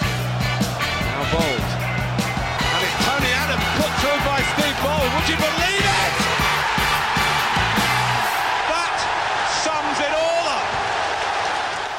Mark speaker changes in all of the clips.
Speaker 1: Now Bold. And it's Tony Adams put through by Steve Bold. Would you believe it? That sums it all up.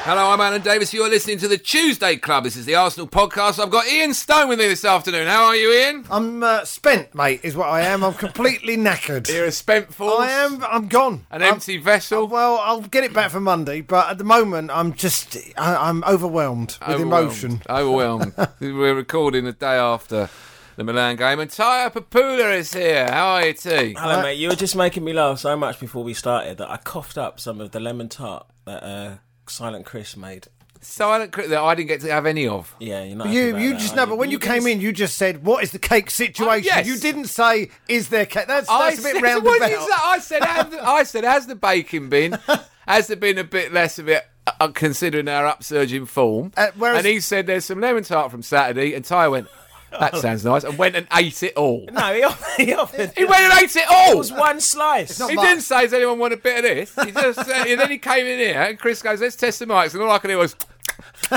Speaker 2: Hello, I'm Alan Davis. You're listening to the Tuesday Club. This is the Arsenal podcast. I've got Ian Stone with me this afternoon. How are you, Ian?
Speaker 3: I'm uh, spent, mate, is what I am. I'm completely knackered.
Speaker 2: You're a spent force.
Speaker 3: I am. I'm gone.
Speaker 2: An
Speaker 3: I'm- Uh,
Speaker 2: empty vessel.
Speaker 3: Well, I'll get it back for Monday, but at the moment, I'm just I, I'm overwhelmed with
Speaker 2: Overwhelmed.
Speaker 3: emotion.
Speaker 2: Overwhelmed. We're recording the day after the Milan game, and Tyre Papula is here. How are you, T?
Speaker 4: Hello, mate. You were just making me laugh so much before we started that I coughed up some of the lemon tart that uh, Silent Chris made.
Speaker 2: Silent cri- that I didn't get to have any of.
Speaker 4: Yeah, you know.
Speaker 3: You you just know, but when you, came in, you just said, "What is the cake situation?"
Speaker 2: yes.
Speaker 3: You didn't say, "Is there cake?" That's,
Speaker 2: I
Speaker 3: that's a
Speaker 2: said-
Speaker 3: bit roundabout.
Speaker 2: what is that? I said, have the- I said, has the baking been? Has there been a bit less of it? Uh, considering our upsurge in form,
Speaker 3: Uh, whereas-
Speaker 2: and he said there's some lemon tart from Saturday, and Ty went, "That sounds nice," and went and ate it all.
Speaker 4: No, he offered. He offered
Speaker 2: He
Speaker 4: it
Speaker 2: went and ate it all.
Speaker 4: was one slice.
Speaker 3: not
Speaker 2: He
Speaker 3: much.
Speaker 2: didn't say, "Does anyone want a bit of this?" He just said, and then he came in here, and Chris goes, "Let's test the mics," and all I could hear was,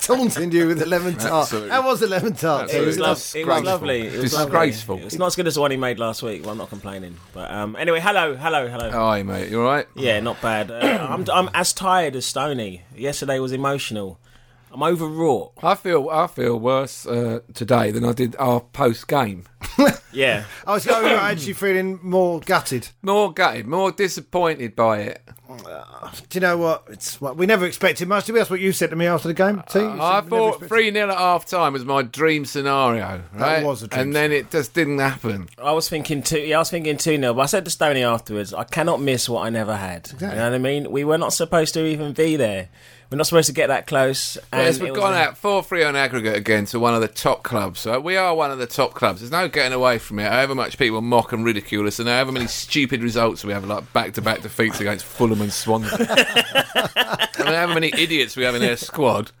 Speaker 3: taunting you with the lemon tart.
Speaker 2: Absolutely.
Speaker 3: That was the lemon tart.
Speaker 4: It
Speaker 2: Absolutely.
Speaker 4: was, lo- it was
Speaker 2: Disgraceful.
Speaker 4: lovely. It was
Speaker 2: Disgraceful.
Speaker 4: Lovely. It's not as good as the one he made last week. Well, I'm not complaining. But um, anyway, hello, hello, hello.
Speaker 2: "Hi, mate, you all right?"
Speaker 4: Yeah, not bad. Uh, I'm, I'm as tired as Stony. Yesterday was emotional. I'm overwrought.
Speaker 2: I feel I feel worse uh, today than I did our post game.
Speaker 4: Yeah.
Speaker 3: I was going, actually feeling more gutted.
Speaker 2: More gutted, more disappointed by it.
Speaker 3: Do you know what? It's what we never expected much. To be that's what you said to me after the game. T.
Speaker 2: I
Speaker 3: You said we never
Speaker 2: thought
Speaker 3: expected-
Speaker 2: three 0 at half time was my dream scenario. Right?
Speaker 3: was a dream
Speaker 2: and then it just didn't happen.
Speaker 4: I was thinking two. Yeah, I was thinking two 0 But I said to Stoney afterwards, I cannot miss what I never had. You know what I mean? We were not supposed to even be there. We're not supposed to get that close. And
Speaker 2: Yes,
Speaker 4: it
Speaker 2: we've
Speaker 4: was
Speaker 2: gone
Speaker 4: a-
Speaker 2: out four three on aggregate again to one of the top clubs. So we are one of the top clubs. There's no getting away from it. However much people mock and ridicule us, and however many stupid results we have, like back to back defeats against Fulham and Swansea, and however many idiots we have in our squad.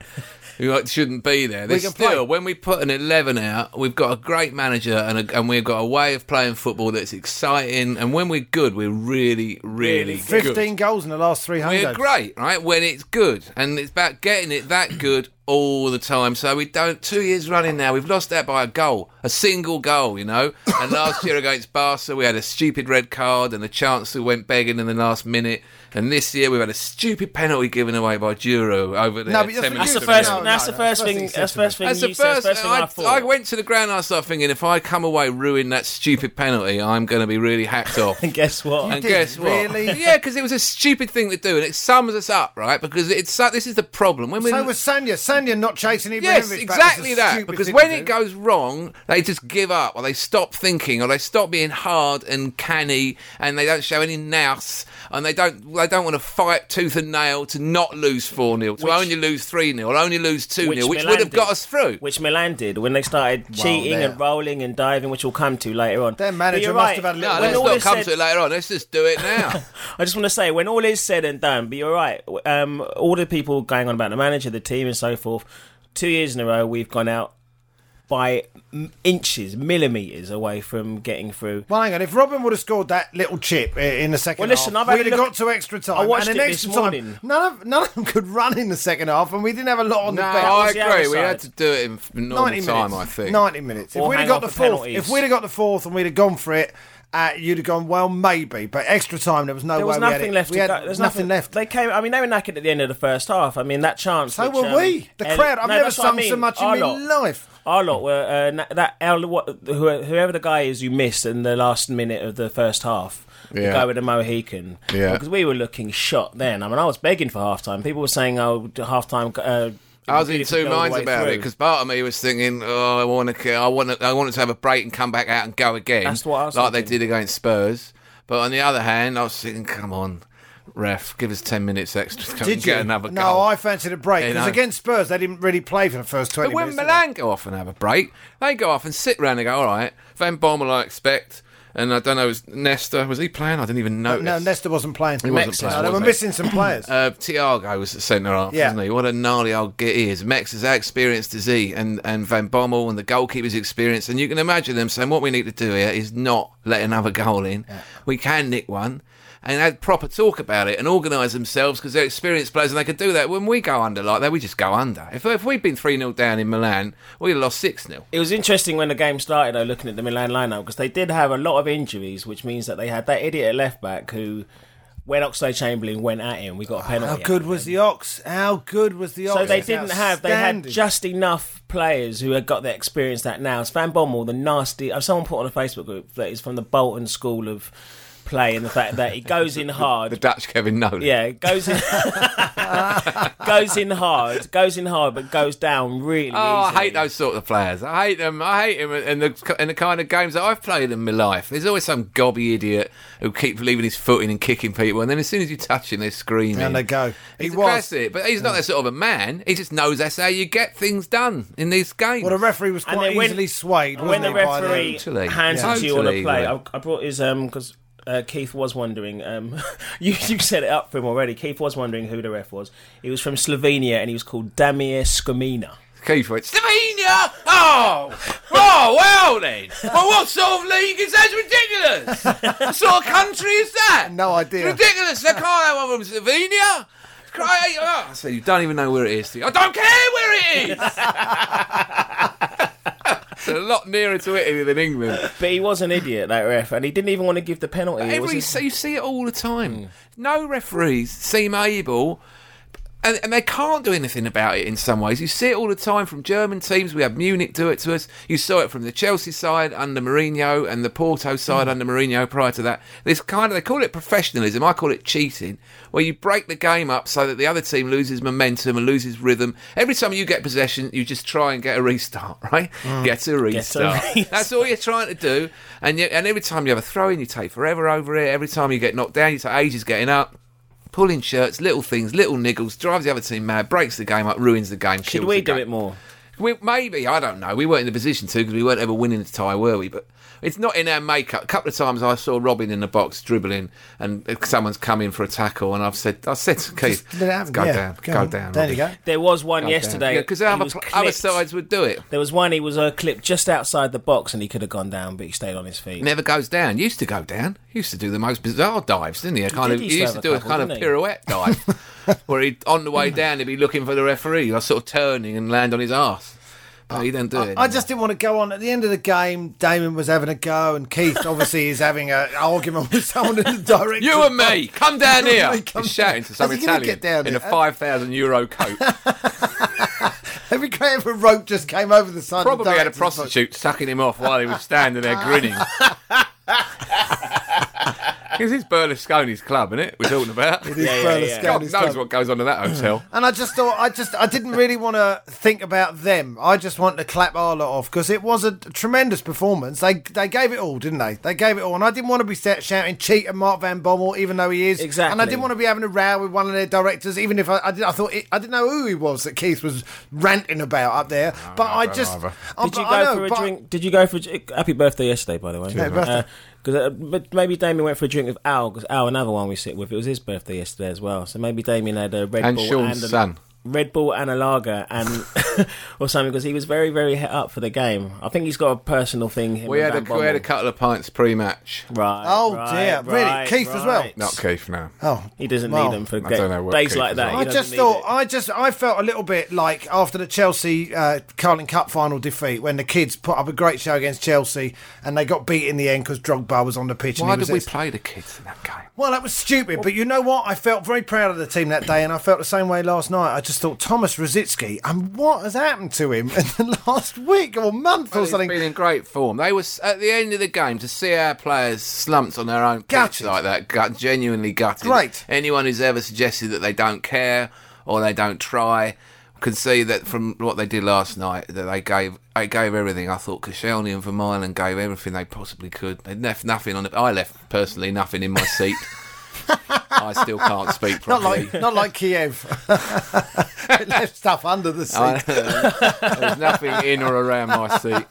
Speaker 2: Who like, shouldn't be there. There's
Speaker 3: can
Speaker 2: still,
Speaker 3: play.
Speaker 2: when we put an 11 out, we've got a great manager and, a, and we've got a way of playing football that's exciting. And when we're good, we're really, really, good.
Speaker 3: Fifteen goals in the last three hundred.
Speaker 2: We're great, right? When it's good, and it's about getting it that good all the time. So we don't. Two years running now, we've lost that by a goal, a single goal, you know. And last year against Barca, we had a stupid red card and a chance that went begging in the last minute. And this year, we've had a stupid penalty given away by Juro over there.
Speaker 3: No, but
Speaker 2: 10
Speaker 3: that's what
Speaker 2: minutes
Speaker 4: That's
Speaker 3: you
Speaker 4: the
Speaker 2: ago.
Speaker 3: said.
Speaker 4: first.
Speaker 3: No, no,
Speaker 4: that's the first
Speaker 3: thing
Speaker 4: thing.
Speaker 3: you said
Speaker 4: That's
Speaker 3: to
Speaker 4: the first thing
Speaker 2: That's
Speaker 4: you
Speaker 2: the
Speaker 4: said.
Speaker 2: first.
Speaker 4: that's the First thing I,
Speaker 2: I,
Speaker 4: thought.
Speaker 2: I went to the ground. I started thinking, if I come away ruin that stupid penalty, I'm going to be really hacked off.
Speaker 4: and guess what?
Speaker 2: And
Speaker 3: did,
Speaker 2: guess what?
Speaker 3: really?
Speaker 2: Yeah, because it was a stupid thing to do, and it sums us up, right? Because it's so- this is the problem when we.
Speaker 3: So was Sanya. Sanya not chasing Ibrahimovic.
Speaker 2: Yes,
Speaker 3: back was a
Speaker 2: exactly that.
Speaker 3: stupid
Speaker 2: Because
Speaker 3: thing
Speaker 2: when
Speaker 3: to do.
Speaker 2: it goes wrong, they just give up, or they stop thinking, or they stop being hard and canny, and they don't show any nous, and they don't they don't want to fight tooth and nail to not lose four 0 to only lose three 0 or only lose two 0 which
Speaker 4: Milan
Speaker 2: would have got
Speaker 4: did.
Speaker 2: us through.
Speaker 4: Which Milan did when they started cheating
Speaker 3: they're-
Speaker 4: and rolling and diving, which we'll come to later on.
Speaker 3: Their
Speaker 4: But
Speaker 3: manager
Speaker 4: you're
Speaker 3: must
Speaker 4: right.
Speaker 3: have had a
Speaker 2: no,
Speaker 3: little when
Speaker 2: let's
Speaker 3: all
Speaker 2: not
Speaker 4: is
Speaker 2: come
Speaker 4: said-
Speaker 2: to it later on. Let's just do it now.
Speaker 4: I just want to say, when all is said and done, but you're right. Um, all the people going on about the manager, the team, and so forth. Two years in a row, we've gone out by m- inches, millimeters away from getting through.
Speaker 3: Well, hang on. If Robin would have scored that little chip i- in the second
Speaker 4: Well, listen,
Speaker 3: half,
Speaker 4: I've had
Speaker 3: we'd
Speaker 4: a
Speaker 3: have
Speaker 4: look-
Speaker 3: got to extra time.
Speaker 4: I watched
Speaker 3: and
Speaker 4: it
Speaker 3: in
Speaker 4: this
Speaker 3: extra
Speaker 4: morning.
Speaker 3: Time, none of none of them could run in the second half, and we didn't have a lot on
Speaker 2: No,
Speaker 3: the bench.
Speaker 2: I
Speaker 4: was the other
Speaker 2: agree. We
Speaker 4: side.
Speaker 2: had to do it in f- normal
Speaker 3: Ninety
Speaker 2: time,
Speaker 3: minutes.
Speaker 2: I think.
Speaker 3: Ninety minutes. If
Speaker 4: Or
Speaker 3: we'd have
Speaker 4: hang
Speaker 3: got
Speaker 4: on
Speaker 3: the
Speaker 4: for
Speaker 3: fourth,
Speaker 4: penalties.
Speaker 3: if we'd have got the fourth, and we'd have gone for it, uh, you'd have gone, well, maybe, but extra time there was no
Speaker 4: There
Speaker 3: way
Speaker 4: was
Speaker 3: we had
Speaker 4: nothing
Speaker 3: it.
Speaker 4: left.
Speaker 3: We
Speaker 4: to
Speaker 3: had
Speaker 4: go. There's
Speaker 3: nothing, left.
Speaker 4: They came. I mean, they were knackered at the end of the first half. I mean, that chance.
Speaker 3: So
Speaker 4: which,
Speaker 3: were
Speaker 4: um,
Speaker 3: we. The
Speaker 4: El-
Speaker 3: crowd. I've
Speaker 4: No,
Speaker 3: never
Speaker 4: that's what I
Speaker 3: sung so
Speaker 4: mean.
Speaker 3: much in
Speaker 4: Our
Speaker 3: my
Speaker 4: lot-
Speaker 3: life.
Speaker 4: Our lot were uh, na- that El, what, who- whoever the guy is you missed in the last minute of the first half. The
Speaker 2: Yeah.
Speaker 4: guy with the Mohican.
Speaker 2: Yeah.
Speaker 4: Because we were looking shot then. I mean, I was begging for half time. People were saying, "Oh, half time." Uh,
Speaker 2: I was in
Speaker 4: really
Speaker 2: two
Speaker 4: could go all the
Speaker 2: minds
Speaker 4: way
Speaker 2: about it 'cause it
Speaker 4: through.
Speaker 2: because part of me was thinking, oh, I want to, I want to, I wanted to have a break and come back out and go again.
Speaker 4: That's what I was
Speaker 2: like
Speaker 4: thinking.
Speaker 2: they did against Spurs. But on the other hand, I was thinking, come on, ref, give us ten minutes extra. to
Speaker 3: Did
Speaker 2: get
Speaker 3: you?
Speaker 2: another
Speaker 3: no,
Speaker 2: goal?
Speaker 3: I fancied a break
Speaker 2: You
Speaker 3: because
Speaker 2: know.
Speaker 3: against Spurs they didn't really play for the first twenty
Speaker 2: But when
Speaker 3: minutes. did they?
Speaker 2: Milan go off and have a break, they go off and sit round and go, all right, Van Bommel, I expect. And I don't know, was Nesta, was he playing? I didn't even notice.
Speaker 3: no, Nesta wasn't playing.
Speaker 2: He wasn't
Speaker 3: Nesta,
Speaker 2: playing,
Speaker 3: no, they
Speaker 2: was
Speaker 3: were
Speaker 2: he?
Speaker 3: missing some players.
Speaker 2: Uh, Tiago was the centre half,
Speaker 3: Yeah.
Speaker 2: wasn't he? What a gnarly old git he is. Max is how experienced is he? And and Van Bommel and the goalkeeper's experience. And you can imagine them saying, what we need to do here is not let another goal in. We can nick one. And had proper talk about it and organise themselves because they're experienced players and they could do that. When we go under like that, we just go under. If, if we'd been 3 0 down in Milan, we'd have lost 6 0.
Speaker 4: It was interesting when the game started, though, looking at the Milan lineup, because they did have a lot of injuries, which means that they had that idiot at left back who, when Oxlade Chamberlain went at him, we
Speaker 2: Ah,
Speaker 4: got a penalty.
Speaker 3: How
Speaker 4: out
Speaker 3: good
Speaker 4: of
Speaker 3: was
Speaker 4: him.
Speaker 3: the Ox? How good was the Ox?
Speaker 4: So they
Speaker 3: It's
Speaker 4: didn't have. They had
Speaker 3: outstanding.
Speaker 4: just enough players who had got the experience that now. It's Van Bommel, the nasty. uh, Someone put on a Facebook group that is from the Bolton School of Play, and the fact that he goes in hard.
Speaker 2: The Dutch Kevin Nolan.
Speaker 4: Yeah, goes in, goes in hard, goes in hard, but goes down really.
Speaker 2: Oh, I
Speaker 4: easily.
Speaker 2: hate those sort of players. I hate them. I hate them. And the and the kind of games that I've played in my life, there's always some gobby idiot who keeps leaving his foot in and kicking people, and then as soon as you touch him, they're screaming.
Speaker 3: And they go. He
Speaker 2: He's a
Speaker 3: was.
Speaker 2: classic, but he's not that sort of a man. He just knows that's how you get things done in these games.
Speaker 3: Well, the referee was
Speaker 4: And
Speaker 3: quite
Speaker 4: then when-
Speaker 3: easily swayed.
Speaker 4: and
Speaker 3: wasn't
Speaker 4: when the
Speaker 3: he, by
Speaker 4: referee
Speaker 2: Totally.
Speaker 4: hands
Speaker 2: Yeah.
Speaker 4: it to you on a
Speaker 2: Totally,
Speaker 4: play,
Speaker 2: yeah.
Speaker 4: I, I brought his um because uh, Keith was wondering. Um, you you set it up for him already. Keith was wondering who the ref was. He was from Slovenia and he was called Damir Skomina.
Speaker 2: Keith went, Slovenia! Oh! Oh, well then! Well, what sort of league is that? It's ridiculous! what sort of country is that?
Speaker 3: No idea.
Speaker 2: It's ridiculous! They can't have one from Slovenia! Cry- oh. I said, you don't even know where it is. do you?" I don't care where it is! it's a lot nearer to Italy than England.
Speaker 4: But he was an idiot, that ref, and he didn't even want to give the penalty. It
Speaker 2: Every,
Speaker 4: wasn't-
Speaker 2: so you see it all the time. No referees seem able, and, and they can't do anything about it in some ways. You see it all the time from German teams. We had Munich do it to us. You saw it from the Chelsea side under Mourinho and the Porto side under Mourinho prior to that. This kind of, they call it professionalism. I call it cheating, where you break the game up so that the other team loses momentum and loses rhythm. Every time you get possession, you just try and get a restart, right? Mm. Get a restart.
Speaker 4: restart.
Speaker 2: That's all you're trying to do. And you, and every time you have a throw in, you take forever over it. Every time you get knocked down, you take ages getting up. Pulling shirts, little things, little niggles, drives the other team mad, breaks the game up, ruins the game.
Speaker 4: Should
Speaker 2: kills
Speaker 4: we
Speaker 2: the
Speaker 4: do
Speaker 2: game.
Speaker 4: it more?
Speaker 2: We, maybe I don't know. We weren't in the position to because we weren't ever winning the tie, were we? But it's not in our makeup. A couple of times I saw Robin in the box dribbling, and someone's come in for a tackle, and I've said, I said to Keith,
Speaker 3: Just let it happen,
Speaker 2: "Go
Speaker 3: yeah.
Speaker 2: down, go, down."
Speaker 3: There
Speaker 2: Robin.
Speaker 3: you go.
Speaker 4: There was one
Speaker 2: Go
Speaker 4: yesterday.
Speaker 2: down." because
Speaker 4: he
Speaker 2: other,
Speaker 4: was
Speaker 2: pl- other
Speaker 4: clipped.
Speaker 2: sides would do it.
Speaker 4: There was one. He was a clip just outside the box, and he could have gone down, but he stayed on his feet.
Speaker 2: Never goes down. Used to go down. Used to do the most bizarre dives, didn't he? A kind
Speaker 4: did
Speaker 2: of,
Speaker 4: used
Speaker 2: he
Speaker 4: to
Speaker 2: used to
Speaker 4: have
Speaker 2: do
Speaker 4: a
Speaker 2: a
Speaker 4: couple,
Speaker 2: kind of
Speaker 4: didn't he?
Speaker 2: pirouette dive, where he on the
Speaker 3: Hmm.
Speaker 2: way down he'd be looking for the referee, like sort of turning and land on his ass. But he didn't do it.
Speaker 3: Oh, I
Speaker 2: anymore.
Speaker 3: just didn't want to go on. At the end of the game, Damon was having a go, and Keith obviously is having an argument with someone in the direction.
Speaker 2: You and me, come down
Speaker 3: You and
Speaker 2: here!
Speaker 3: me, come
Speaker 2: He's
Speaker 3: down.
Speaker 2: shouting to some
Speaker 3: How's he gonna
Speaker 2: Italian
Speaker 3: get down
Speaker 2: in a
Speaker 3: there?
Speaker 2: five thousand euro coat.
Speaker 3: Every guy with a rope just came over the side. of the
Speaker 2: Probably had a
Speaker 3: director's box.
Speaker 2: prostitute sucking him off while he was standing there grinning. Because it's Berlusconi's club, isn't it? We're talking about.
Speaker 3: It is Berlusconi's
Speaker 2: God knows
Speaker 3: club.
Speaker 2: what goes on in that hotel.
Speaker 3: And I just thought, I just, I didn't really want to think about them. I just wanted to clap Arla off because it was a tremendous performance. They, they gave it all, didn't they? They gave it all, and I didn't want to be set shouting cheat at Mark Van Bommel, even though he is. And I
Speaker 4: Exactly.
Speaker 3: didn't want to be having a row with one of their directors, even if I, I, did, I thought it, I didn't know who he was that Keith was ranting about up there. but I,
Speaker 2: don't
Speaker 3: just,
Speaker 2: either.
Speaker 3: I,
Speaker 4: Did you
Speaker 3: but
Speaker 4: go
Speaker 3: I know,
Speaker 4: for a
Speaker 3: but-
Speaker 4: drink? Did you go for a, dr- happy birthday yesterday, by the way?
Speaker 3: Happy birthday.
Speaker 4: Because uh, but maybe Damien went for a drink with Al because Al, another one we sit with, it was his birthday yesterday as well. So maybe Damien had a Red
Speaker 2: And
Speaker 4: Bull
Speaker 2: Sean's
Speaker 4: and a,
Speaker 2: son.
Speaker 4: Red Bull and a lager and or something because he was very very hit up for the game. I think he's got a personal thing. him
Speaker 2: We
Speaker 4: and
Speaker 2: had a
Speaker 4: Van
Speaker 2: we had a
Speaker 4: Bommel.
Speaker 2: couple of pints pre-match.
Speaker 4: Right.
Speaker 3: Oh,
Speaker 4: right,
Speaker 3: dear. Really?
Speaker 4: right,
Speaker 3: Keith as well?
Speaker 4: right.
Speaker 2: Not Keith now.
Speaker 3: Oh,
Speaker 4: He doesn't
Speaker 3: well.
Speaker 4: need them for
Speaker 2: I don't know
Speaker 4: ga-
Speaker 2: what
Speaker 4: days
Speaker 2: Keith
Speaker 4: like
Speaker 2: is
Speaker 4: that.
Speaker 2: on.
Speaker 4: He
Speaker 2: I
Speaker 3: I
Speaker 4: doesn't
Speaker 3: just
Speaker 4: need
Speaker 3: thought,
Speaker 4: it.
Speaker 3: I just, I felt a little bit like after the Chelsea uh, Carling Cup final defeat when the kids put up a great show against Chelsea and they got beat in the end because Drogba was on the pitch.
Speaker 2: Why
Speaker 3: and he was
Speaker 2: did we
Speaker 3: ex-
Speaker 2: play the kids in that game?
Speaker 3: Well, that was stupid, but you know what? I felt very proud of the team that day, and I felt the same way last night. I just thought Thomas Rositsky, and what has happened to him in the last week or month or
Speaker 2: He's
Speaker 3: something?
Speaker 2: been in great form. They was at the end of the game to see our players slumped on their own pitch
Speaker 3: Gutted.
Speaker 2: like that, gut, genuinely gutted.
Speaker 3: Great.
Speaker 2: Anyone who's ever suggested that they don't care or they don't try can see that from what they did last night that they gave they gave everything. I thought Koscielny and Vermaelen gave everything they possibly could. They left nothing on it. I left personally nothing in my seat. I still can't speak
Speaker 3: Not
Speaker 2: properly.
Speaker 3: like, not like Kiev. It left stuff under the seat.
Speaker 2: I- there's nothing in or around my seat.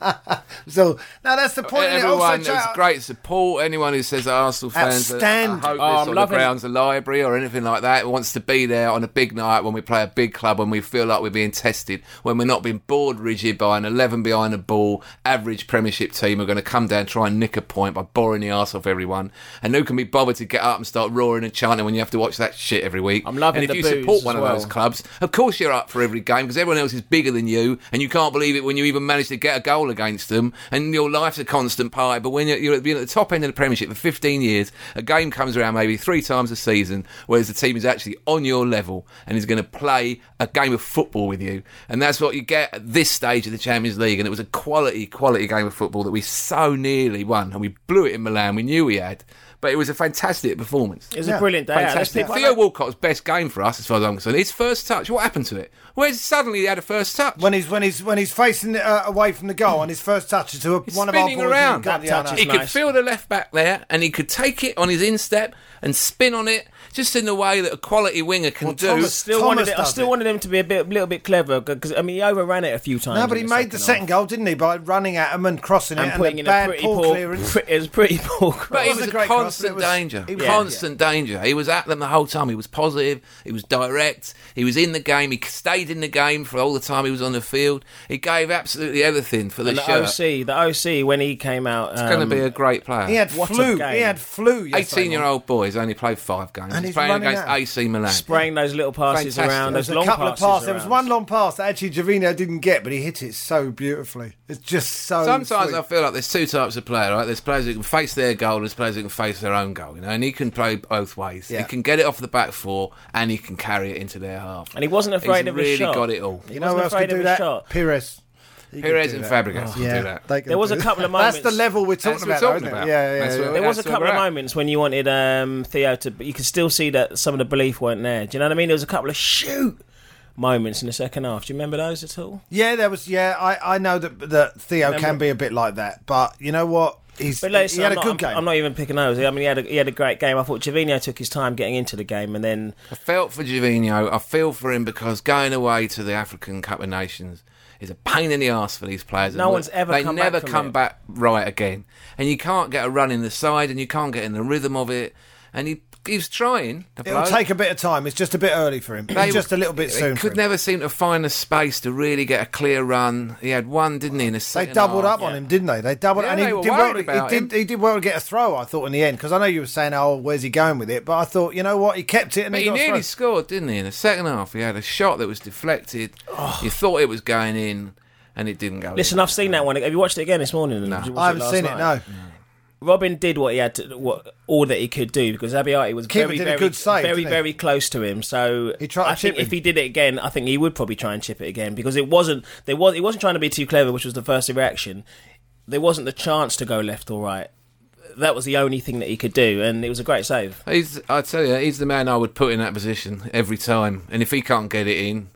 Speaker 3: So now that's the point. and it also
Speaker 2: Everyone,
Speaker 3: cha-
Speaker 2: it's great support. Anyone who says Arsenal fans are, are
Speaker 3: Outstanding.
Speaker 2: hopeless
Speaker 4: Oh, I'm
Speaker 2: on the
Speaker 4: loving-
Speaker 2: grounds of library or anything like that wants to be there on a big night when we play a big club when we feel like we're being tested, when we're not being bored rigid by an 11 behind the ball average Premiership team who are going to come down and try and nick a point by boring the arse off everyone. And who can be bothered to get up and start roaring and chanting when you have to watch that shit every week?
Speaker 4: I'm loving
Speaker 2: And if
Speaker 4: the
Speaker 2: you
Speaker 4: boos
Speaker 2: support
Speaker 4: as
Speaker 2: one
Speaker 4: well.
Speaker 2: of those clubs, of course you're up for every game because everyone else is bigger than you, and you can't believe it when you even manage to get a goal against them. And your life's a constant pie. But when you're, you're at the top end of the Premiership for 15 years, a game comes around maybe three times a season, whereas the team is actually on your level and is going to play a game of football with you, and that's what you get at this stage of the Champions League. And it was a quality, quality game of football that we so nearly won, and we blew it in Milan. We knew we had. But it was a fantastic performance.
Speaker 4: It was a brilliant day. out. There's
Speaker 3: fantastic.
Speaker 4: people-
Speaker 2: Theo Walcott's best game for us, as far as I'm concerned, his first touch. What happened to it? Where's suddenly he had a first touch?
Speaker 3: when he's when he's when he's facing uh, away from the
Speaker 4: Hmm.
Speaker 3: goal and his first touch is to a,
Speaker 2: He's
Speaker 3: one of our
Speaker 2: spinning
Speaker 3: boys.
Speaker 2: around.
Speaker 3: God, yeah, I know.
Speaker 4: touch
Speaker 2: he
Speaker 4: nice.
Speaker 2: could feel the left back there, and he could take it on his instep and spin on it, just in the way that a quality winger can
Speaker 3: Well,
Speaker 2: do.
Speaker 3: Thomas
Speaker 4: still
Speaker 3: Thomas
Speaker 4: wanted it, I
Speaker 3: does
Speaker 4: still
Speaker 3: it.
Speaker 4: wanted him to be a bit, little bit clever because I mean he overran it a few times.
Speaker 3: No, but
Speaker 4: in
Speaker 3: he made the second
Speaker 4: half
Speaker 3: goal, didn't he, by running at him and crossing
Speaker 4: and
Speaker 3: it and
Speaker 4: putting in
Speaker 3: the
Speaker 4: a
Speaker 3: bad
Speaker 4: pretty
Speaker 3: poor,
Speaker 4: poor,
Speaker 3: clearance.
Speaker 4: pre- it was pretty poor. cross.
Speaker 2: But he
Speaker 3: It
Speaker 2: was
Speaker 3: wasn't
Speaker 2: a
Speaker 3: a great cross,
Speaker 2: constant
Speaker 3: but it was-
Speaker 2: danger.
Speaker 3: he was-
Speaker 2: constant danger. He was at them the whole time. He was positive. He was direct. He was in the game. He stayed in the game for all the time he was on the field. He gave absolutely everything for the,
Speaker 4: And the
Speaker 2: shirt.
Speaker 4: OC, the OC, when he came out, um,
Speaker 2: He's going to be a great player.
Speaker 3: He had
Speaker 4: What a
Speaker 3: flu.
Speaker 4: game.
Speaker 3: He had flu. yesterday,
Speaker 2: 18 year old boy has only played five games.
Speaker 3: And
Speaker 2: he's
Speaker 3: he's
Speaker 2: playing
Speaker 3: running
Speaker 2: against
Speaker 3: out.
Speaker 2: AC Milan.
Speaker 4: spraying those little passes
Speaker 2: Fantastic.
Speaker 4: around,
Speaker 2: There
Speaker 4: those
Speaker 3: There
Speaker 4: long
Speaker 3: was a couple
Speaker 4: passes.
Speaker 3: of passes. There was
Speaker 4: around.
Speaker 3: one long pass that actually Javino didn't get, but he hit it so beautifully. It's just so.
Speaker 2: Sometimes
Speaker 3: sweet.
Speaker 2: I feel like there's two types of player, right? There's players who can face their goal, and there's players who can face their own goal, you know. And he can play both ways. He
Speaker 3: Yeah.
Speaker 2: can get it off the back four, and he can carry it into their half.
Speaker 4: And he wasn't
Speaker 2: He's
Speaker 4: afraid of his
Speaker 2: really
Speaker 4: shot.
Speaker 2: got it all.
Speaker 4: He
Speaker 3: You
Speaker 4: wasn't
Speaker 3: know who else
Speaker 4: afraid
Speaker 3: could
Speaker 4: of
Speaker 3: do
Speaker 4: his
Speaker 3: that?
Speaker 4: shot.
Speaker 3: Pires. He could
Speaker 2: Perez
Speaker 3: do
Speaker 2: and
Speaker 3: that. Oh,
Speaker 2: Fabregas can do
Speaker 3: Yeah,
Speaker 2: that.
Speaker 3: they can
Speaker 4: There was
Speaker 3: do
Speaker 4: a
Speaker 3: that.
Speaker 4: couple of
Speaker 3: That's
Speaker 4: moments-
Speaker 3: the level we're
Speaker 2: That's
Speaker 3: talking
Speaker 2: what
Speaker 3: about,
Speaker 2: we're
Speaker 3: though,
Speaker 2: talking
Speaker 3: isn't it?
Speaker 2: about.
Speaker 3: Yeah, yeah,
Speaker 2: That's
Speaker 3: yeah.
Speaker 2: what
Speaker 4: There was a
Speaker 2: That's
Speaker 4: couple of
Speaker 2: alright.
Speaker 4: moments when you wanted um, Theo to, but you could still see that some of the belief weren't there. Do you know what I mean? There was a couple of shoot moments in the second half. Do you remember those at all?
Speaker 3: Yeah, there was. Yeah, I, I know that that Theo can be a bit like that, but you know what? He's
Speaker 4: But listen,
Speaker 3: he had
Speaker 4: I'm
Speaker 3: a
Speaker 4: not,
Speaker 3: good
Speaker 4: I'm,
Speaker 3: game.
Speaker 4: I'm not even picking those. I mean, he had a, he had a great game. I thought Jovino took his time getting into the game, and then
Speaker 2: I felt for Jovino. I feel for him because going away to the African Cup of Nations is a pain in the ass for these players.
Speaker 4: No
Speaker 2: And
Speaker 4: one's ever
Speaker 2: They
Speaker 4: come back
Speaker 2: never
Speaker 4: from
Speaker 2: come
Speaker 4: it.
Speaker 2: back right again, and you can't get a run in the side, and you can't get in the rhythm of it. And he he's trying. The
Speaker 3: It'll
Speaker 2: bloke.
Speaker 3: take a bit of time. It's just a bit early for him.
Speaker 2: They-
Speaker 3: It's just a little bit
Speaker 2: they
Speaker 3: soon. for
Speaker 2: Could
Speaker 3: him.
Speaker 2: never seem to find a space to really get a clear run. He had one, didn't he? In the
Speaker 3: They
Speaker 2: second
Speaker 3: doubled
Speaker 2: half.
Speaker 3: up on him, didn't they? They doubled,
Speaker 2: Yeah,
Speaker 3: and he
Speaker 2: they were
Speaker 3: did well.
Speaker 2: worried
Speaker 3: to-
Speaker 2: about
Speaker 3: he
Speaker 2: him.
Speaker 3: did. He did well to get a throw. I thought in the end because I know you were saying, "Oh, where's he going with it?" But I thought, you know what? He kept it and
Speaker 2: But
Speaker 3: he
Speaker 2: he
Speaker 3: got a
Speaker 2: nearly
Speaker 3: throw.
Speaker 2: scored, didn't he? In the second half, he had a shot that was deflected.
Speaker 3: Oh.
Speaker 2: You thought it was going in, and it didn't go.
Speaker 4: listen,
Speaker 2: in.
Speaker 4: I've seen that one. Have you watched it again this morning? No,
Speaker 3: I haven't seen it. No,
Speaker 4: Robin did what he had to, what all that he could do because Abiati was
Speaker 3: Keeper
Speaker 4: very,
Speaker 3: did a
Speaker 4: very,
Speaker 3: good save,
Speaker 4: very,
Speaker 3: didn't he?
Speaker 4: very close to him. So
Speaker 3: He tried to
Speaker 4: I think
Speaker 3: chip
Speaker 4: if
Speaker 3: him.
Speaker 4: he did it again, I think he would probably try and chip it again because it wasn't there was he wasn't trying to be too clever, which was the first reaction. There wasn't the chance to go left or right. That was the only thing that he could do, and it was a great save.
Speaker 2: He's, I tell you, he's the man I would put in that position every time. And if he can't get it in,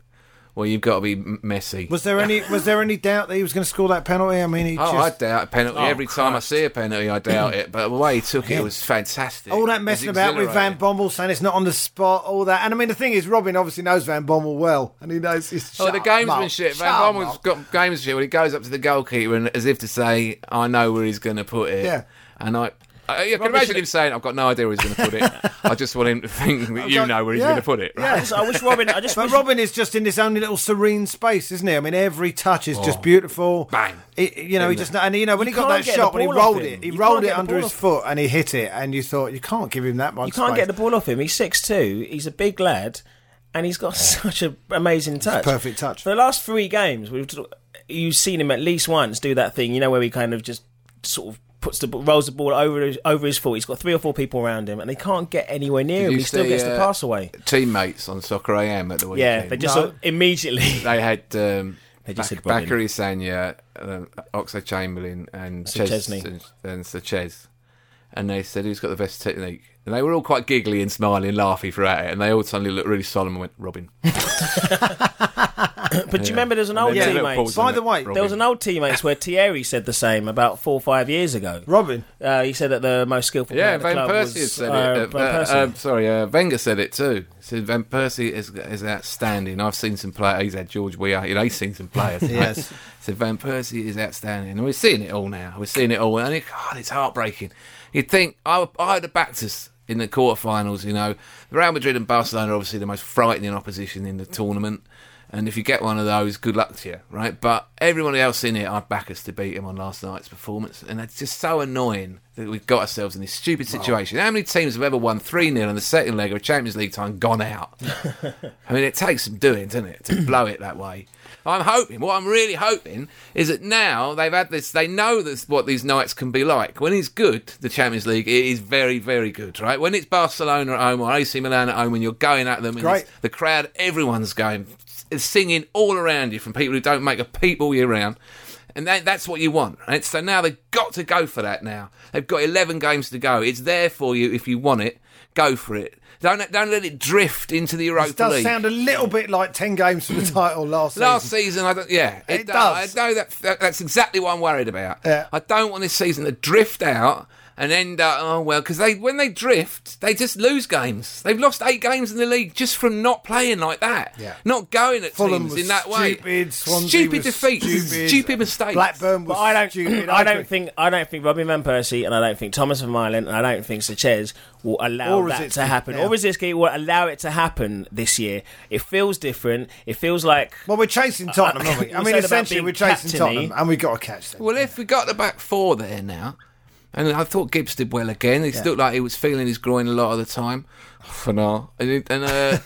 Speaker 2: well, you've got to be m- messy.
Speaker 3: was there any? Was there any doubt that he was going to score that penalty? I mean, he
Speaker 2: Oh,
Speaker 3: just Mm.
Speaker 2: I doubt a penalty. Every time I see a penalty, I doubt it. But the way he took it was fantastic.
Speaker 3: all
Speaker 2: It
Speaker 3: that
Speaker 2: was
Speaker 3: messing about with Van
Speaker 2: exhilarating.
Speaker 3: Bommel saying it's not on the spot, all that. And I mean, the thing is, Robin obviously knows Van Bommel well, and he knows. He's,
Speaker 2: Oh, the
Speaker 3: Shut up, Mark.
Speaker 2: gamesmanship.
Speaker 3: Shut
Speaker 2: Van
Speaker 3: up,
Speaker 2: Bommel's
Speaker 3: Mark.
Speaker 2: got gamesmanship when he goes up to the goalkeeper and as if to say, "I know where he's going to put it."
Speaker 3: Yeah.
Speaker 2: And I, I, I can imagine him saying, "I've got no idea where he's going to put it. I just want him to think that you
Speaker 3: got-
Speaker 2: know where he's
Speaker 3: yeah,
Speaker 2: going to put it." Right?
Speaker 3: yeah.
Speaker 4: I just- I wish Robin. I just
Speaker 3: But
Speaker 4: wish-
Speaker 3: Robin is just in this only little serene space, isn't he? I mean, every touch is
Speaker 4: Oh,
Speaker 3: just beautiful.
Speaker 2: Bang.
Speaker 3: It- you know, he just and you know when he
Speaker 4: You
Speaker 3: got that
Speaker 4: can't get the
Speaker 3: shot when he
Speaker 4: ball off
Speaker 3: rolled
Speaker 4: him.
Speaker 3: it, he
Speaker 4: You
Speaker 3: rolled
Speaker 4: can't
Speaker 3: it
Speaker 4: get the
Speaker 3: under
Speaker 4: ball
Speaker 3: his
Speaker 4: off.
Speaker 3: foot and he hit it, and you thought you can't give him that much.
Speaker 4: You can't
Speaker 3: space.
Speaker 4: get the ball off him. He's six two. He's a big lad, and he's got such an amazing touch.
Speaker 3: perfect touch.
Speaker 4: For the last three games, we've you've seen him at least once do that thing. You know where he kind of just sort of puts the b- rolls the ball over his, over his foot. He's got three or four people around him, and they can't get anywhere near him.
Speaker 2: you
Speaker 4: He still
Speaker 2: see,
Speaker 4: gets
Speaker 2: uh,
Speaker 4: the pass away.
Speaker 2: Teammates on Soccer AM at the weekend.
Speaker 4: Yeah, they just
Speaker 3: No.
Speaker 4: sort of immediately.
Speaker 2: they had um,
Speaker 4: They just
Speaker 2: Bak-
Speaker 4: said Robin.
Speaker 2: Bakary Sanya, um, Oxley Chamberlain, and
Speaker 4: Sir
Speaker 2: Ches-
Speaker 4: Chesney.
Speaker 2: and, and Sir Ches. And they said, "Who's got the best technique?" And they were all quite giggly and smiling, laughy throughout it. And they all suddenly looked really solemn and went, "Robin."
Speaker 4: But do you remember there's an old
Speaker 2: And then a
Speaker 3: Yeah.
Speaker 2: little
Speaker 4: teammate.
Speaker 2: pause
Speaker 3: By
Speaker 2: and
Speaker 3: the
Speaker 2: went,
Speaker 3: way,
Speaker 2: "Robin."
Speaker 4: There was an old teammates where Thierry said the same about four or five years ago.
Speaker 3: Robin.
Speaker 4: Uh, he said that the most skillful player
Speaker 2: Yeah,
Speaker 4: at the
Speaker 2: Van
Speaker 4: club
Speaker 2: Persie had
Speaker 4: was
Speaker 2: said
Speaker 4: uh,
Speaker 2: it. Uh,
Speaker 4: Van
Speaker 2: uh,
Speaker 4: Persie.
Speaker 2: uh, sorry, uh, Wenger said it too. He said Van Persie is, is outstanding. I've seen some players. He's had George Weah. You know, he's seen some players. right?
Speaker 3: Yes.
Speaker 2: said Van Persie is outstanding, and we're seeing it all now. We're seeing it all, and it, God, it's heartbreaking. You'd think I, would- I would have backed us in the quarterfinals. You know, Real Madrid and Barcelona are obviously the most frightening opposition in the tournament. And if you get one of those, good luck to you, right? But everyone else in it, I'd back us to beat him on last night's performance. And it's just so annoying that we've got ourselves in this stupid situation. How many teams have ever won 3 0 in the second leg of a Champions League time, gone out? I mean, it takes some doing, doesn't it, to blow it that way? I'm hoping, what I'm really hoping is that now they've had this, they know that's what these nights can be like. When it's good, the Champions League, it is very, very good, right? When it's Barcelona at home or AC Milan at home and you're going at them and
Speaker 3: Great.
Speaker 2: it's the crowd, everyone's going, is singing all around you from people who don't make a peep all year round. And that, that's what you want, right? So now they've got to go for that now. They've got 11 games to go. It's there for you if you want it. Go for it. Don't, don't let it drift into the Europa
Speaker 3: It does
Speaker 2: League.
Speaker 3: sound a little bit like ten games for the
Speaker 4: Mm.
Speaker 3: title last
Speaker 2: Last
Speaker 3: season.
Speaker 2: season, I don't, yeah,
Speaker 3: It does.
Speaker 2: I know that, that- that's exactly what I'm worried about.
Speaker 3: Yeah.
Speaker 2: I don't want this season to drift out and end up. Oh well, because they when they drift, they just lose games. They've lost eight games in the league just from not playing like that.
Speaker 3: Yeah.
Speaker 2: not going at
Speaker 3: Fulham
Speaker 2: teams
Speaker 3: was
Speaker 2: in that way.
Speaker 3: stupid, Swansea
Speaker 2: stupid
Speaker 3: was
Speaker 2: defeats, stupid,
Speaker 3: stupid,
Speaker 2: mistakes.
Speaker 3: Blackburn was
Speaker 4: But I don't.
Speaker 3: stupid.
Speaker 4: I don't
Speaker 3: agree.
Speaker 4: think. I don't think Robin van Persie and I don't think Thomas van Meulen and I don't think Sanchez will allow
Speaker 3: Or
Speaker 4: that
Speaker 3: Rosicky,
Speaker 4: to happen.
Speaker 3: yeah.
Speaker 4: Or Rosicky will allow it to happen this year. It feels different. It feels like
Speaker 3: Well, we're chasing Tottenham, aren't we?
Speaker 4: You
Speaker 3: I
Speaker 4: said
Speaker 3: mean,
Speaker 4: about
Speaker 3: essentially,
Speaker 4: being
Speaker 3: we're chasing
Speaker 4: captainy.
Speaker 3: Tottenham, and we got to catch them.
Speaker 2: Well, if we got the back four there now, and I thought Gibbs did well again. He looked like he was feeling his groin a lot of the time. For now, and, it- and uh,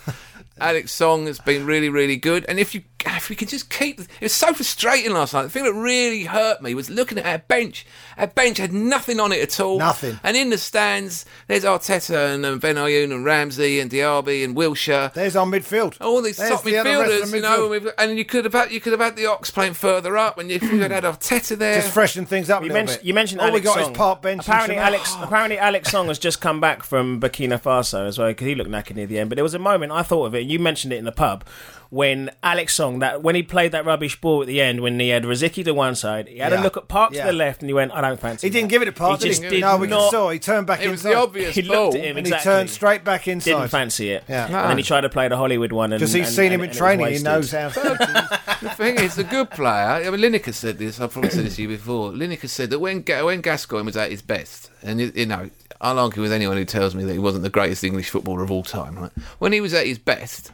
Speaker 2: Alex Song has been really, really good. And if you if we could just keep, it was so frustrating last night. The thing that really hurt me was looking at our bench. Our bench had nothing on it at all.
Speaker 3: Nothing.
Speaker 2: And in the stands, there's Arteta and um, Ben Ayoun and Ramsey and Diaby and Wilshire.
Speaker 3: There's our midfield.
Speaker 2: All these
Speaker 3: There's
Speaker 2: top
Speaker 3: the other rest of
Speaker 2: midfielders,
Speaker 3: the
Speaker 2: you know,
Speaker 3: midfield.
Speaker 2: and, we've, and you could have had you could have had the Ox playing further up, and you could have had Arteta there.
Speaker 3: Just freshen things up a
Speaker 4: You
Speaker 3: little
Speaker 4: mentioned,
Speaker 3: bit.
Speaker 4: you mentioned
Speaker 3: All
Speaker 4: Alex
Speaker 3: we got
Speaker 4: Song.
Speaker 3: is part bench. and
Speaker 4: Apparently,
Speaker 3: Shabbat.
Speaker 4: Alex. apparently, Alex Song has just come back from Burkina Faso as well because he looked knackered near the end. But there was a moment I thought of it. You mentioned it in the pub when Alex Song that when he played that rubbish ball at the end when he had Riziki to one side, he had
Speaker 3: Yeah.
Speaker 4: a look at Park
Speaker 3: Yeah.
Speaker 4: to the left, and he went, "I don't fancy."
Speaker 3: He didn't
Speaker 4: that."
Speaker 3: give it to Park.
Speaker 4: He
Speaker 3: did
Speaker 4: just
Speaker 3: he?
Speaker 4: did
Speaker 3: no, we
Speaker 4: not.
Speaker 3: can saw. Oh, He turned back
Speaker 2: It was
Speaker 3: inside.
Speaker 2: the obvious
Speaker 4: He
Speaker 2: ball.
Speaker 4: looked at him
Speaker 3: and
Speaker 4: exactly.
Speaker 3: he turned straight back inside.
Speaker 4: Didn't fancy it.
Speaker 3: Yeah.
Speaker 4: And then he tried to play the Hollywood one, and
Speaker 3: because he's
Speaker 4: and-
Speaker 3: seen
Speaker 4: and-
Speaker 3: him in
Speaker 4: and it was
Speaker 3: training. He
Speaker 4: wasted.
Speaker 3: knows how.
Speaker 2: The thing is, the good player. I mean, Lineker said this. I've probably said this to you before. Lineker said that when Ga- when Gascoigne was at his best, and you, you know, I'll argue with anyone who tells me that he wasn't the greatest English footballer of all time. Right? When he was at his best,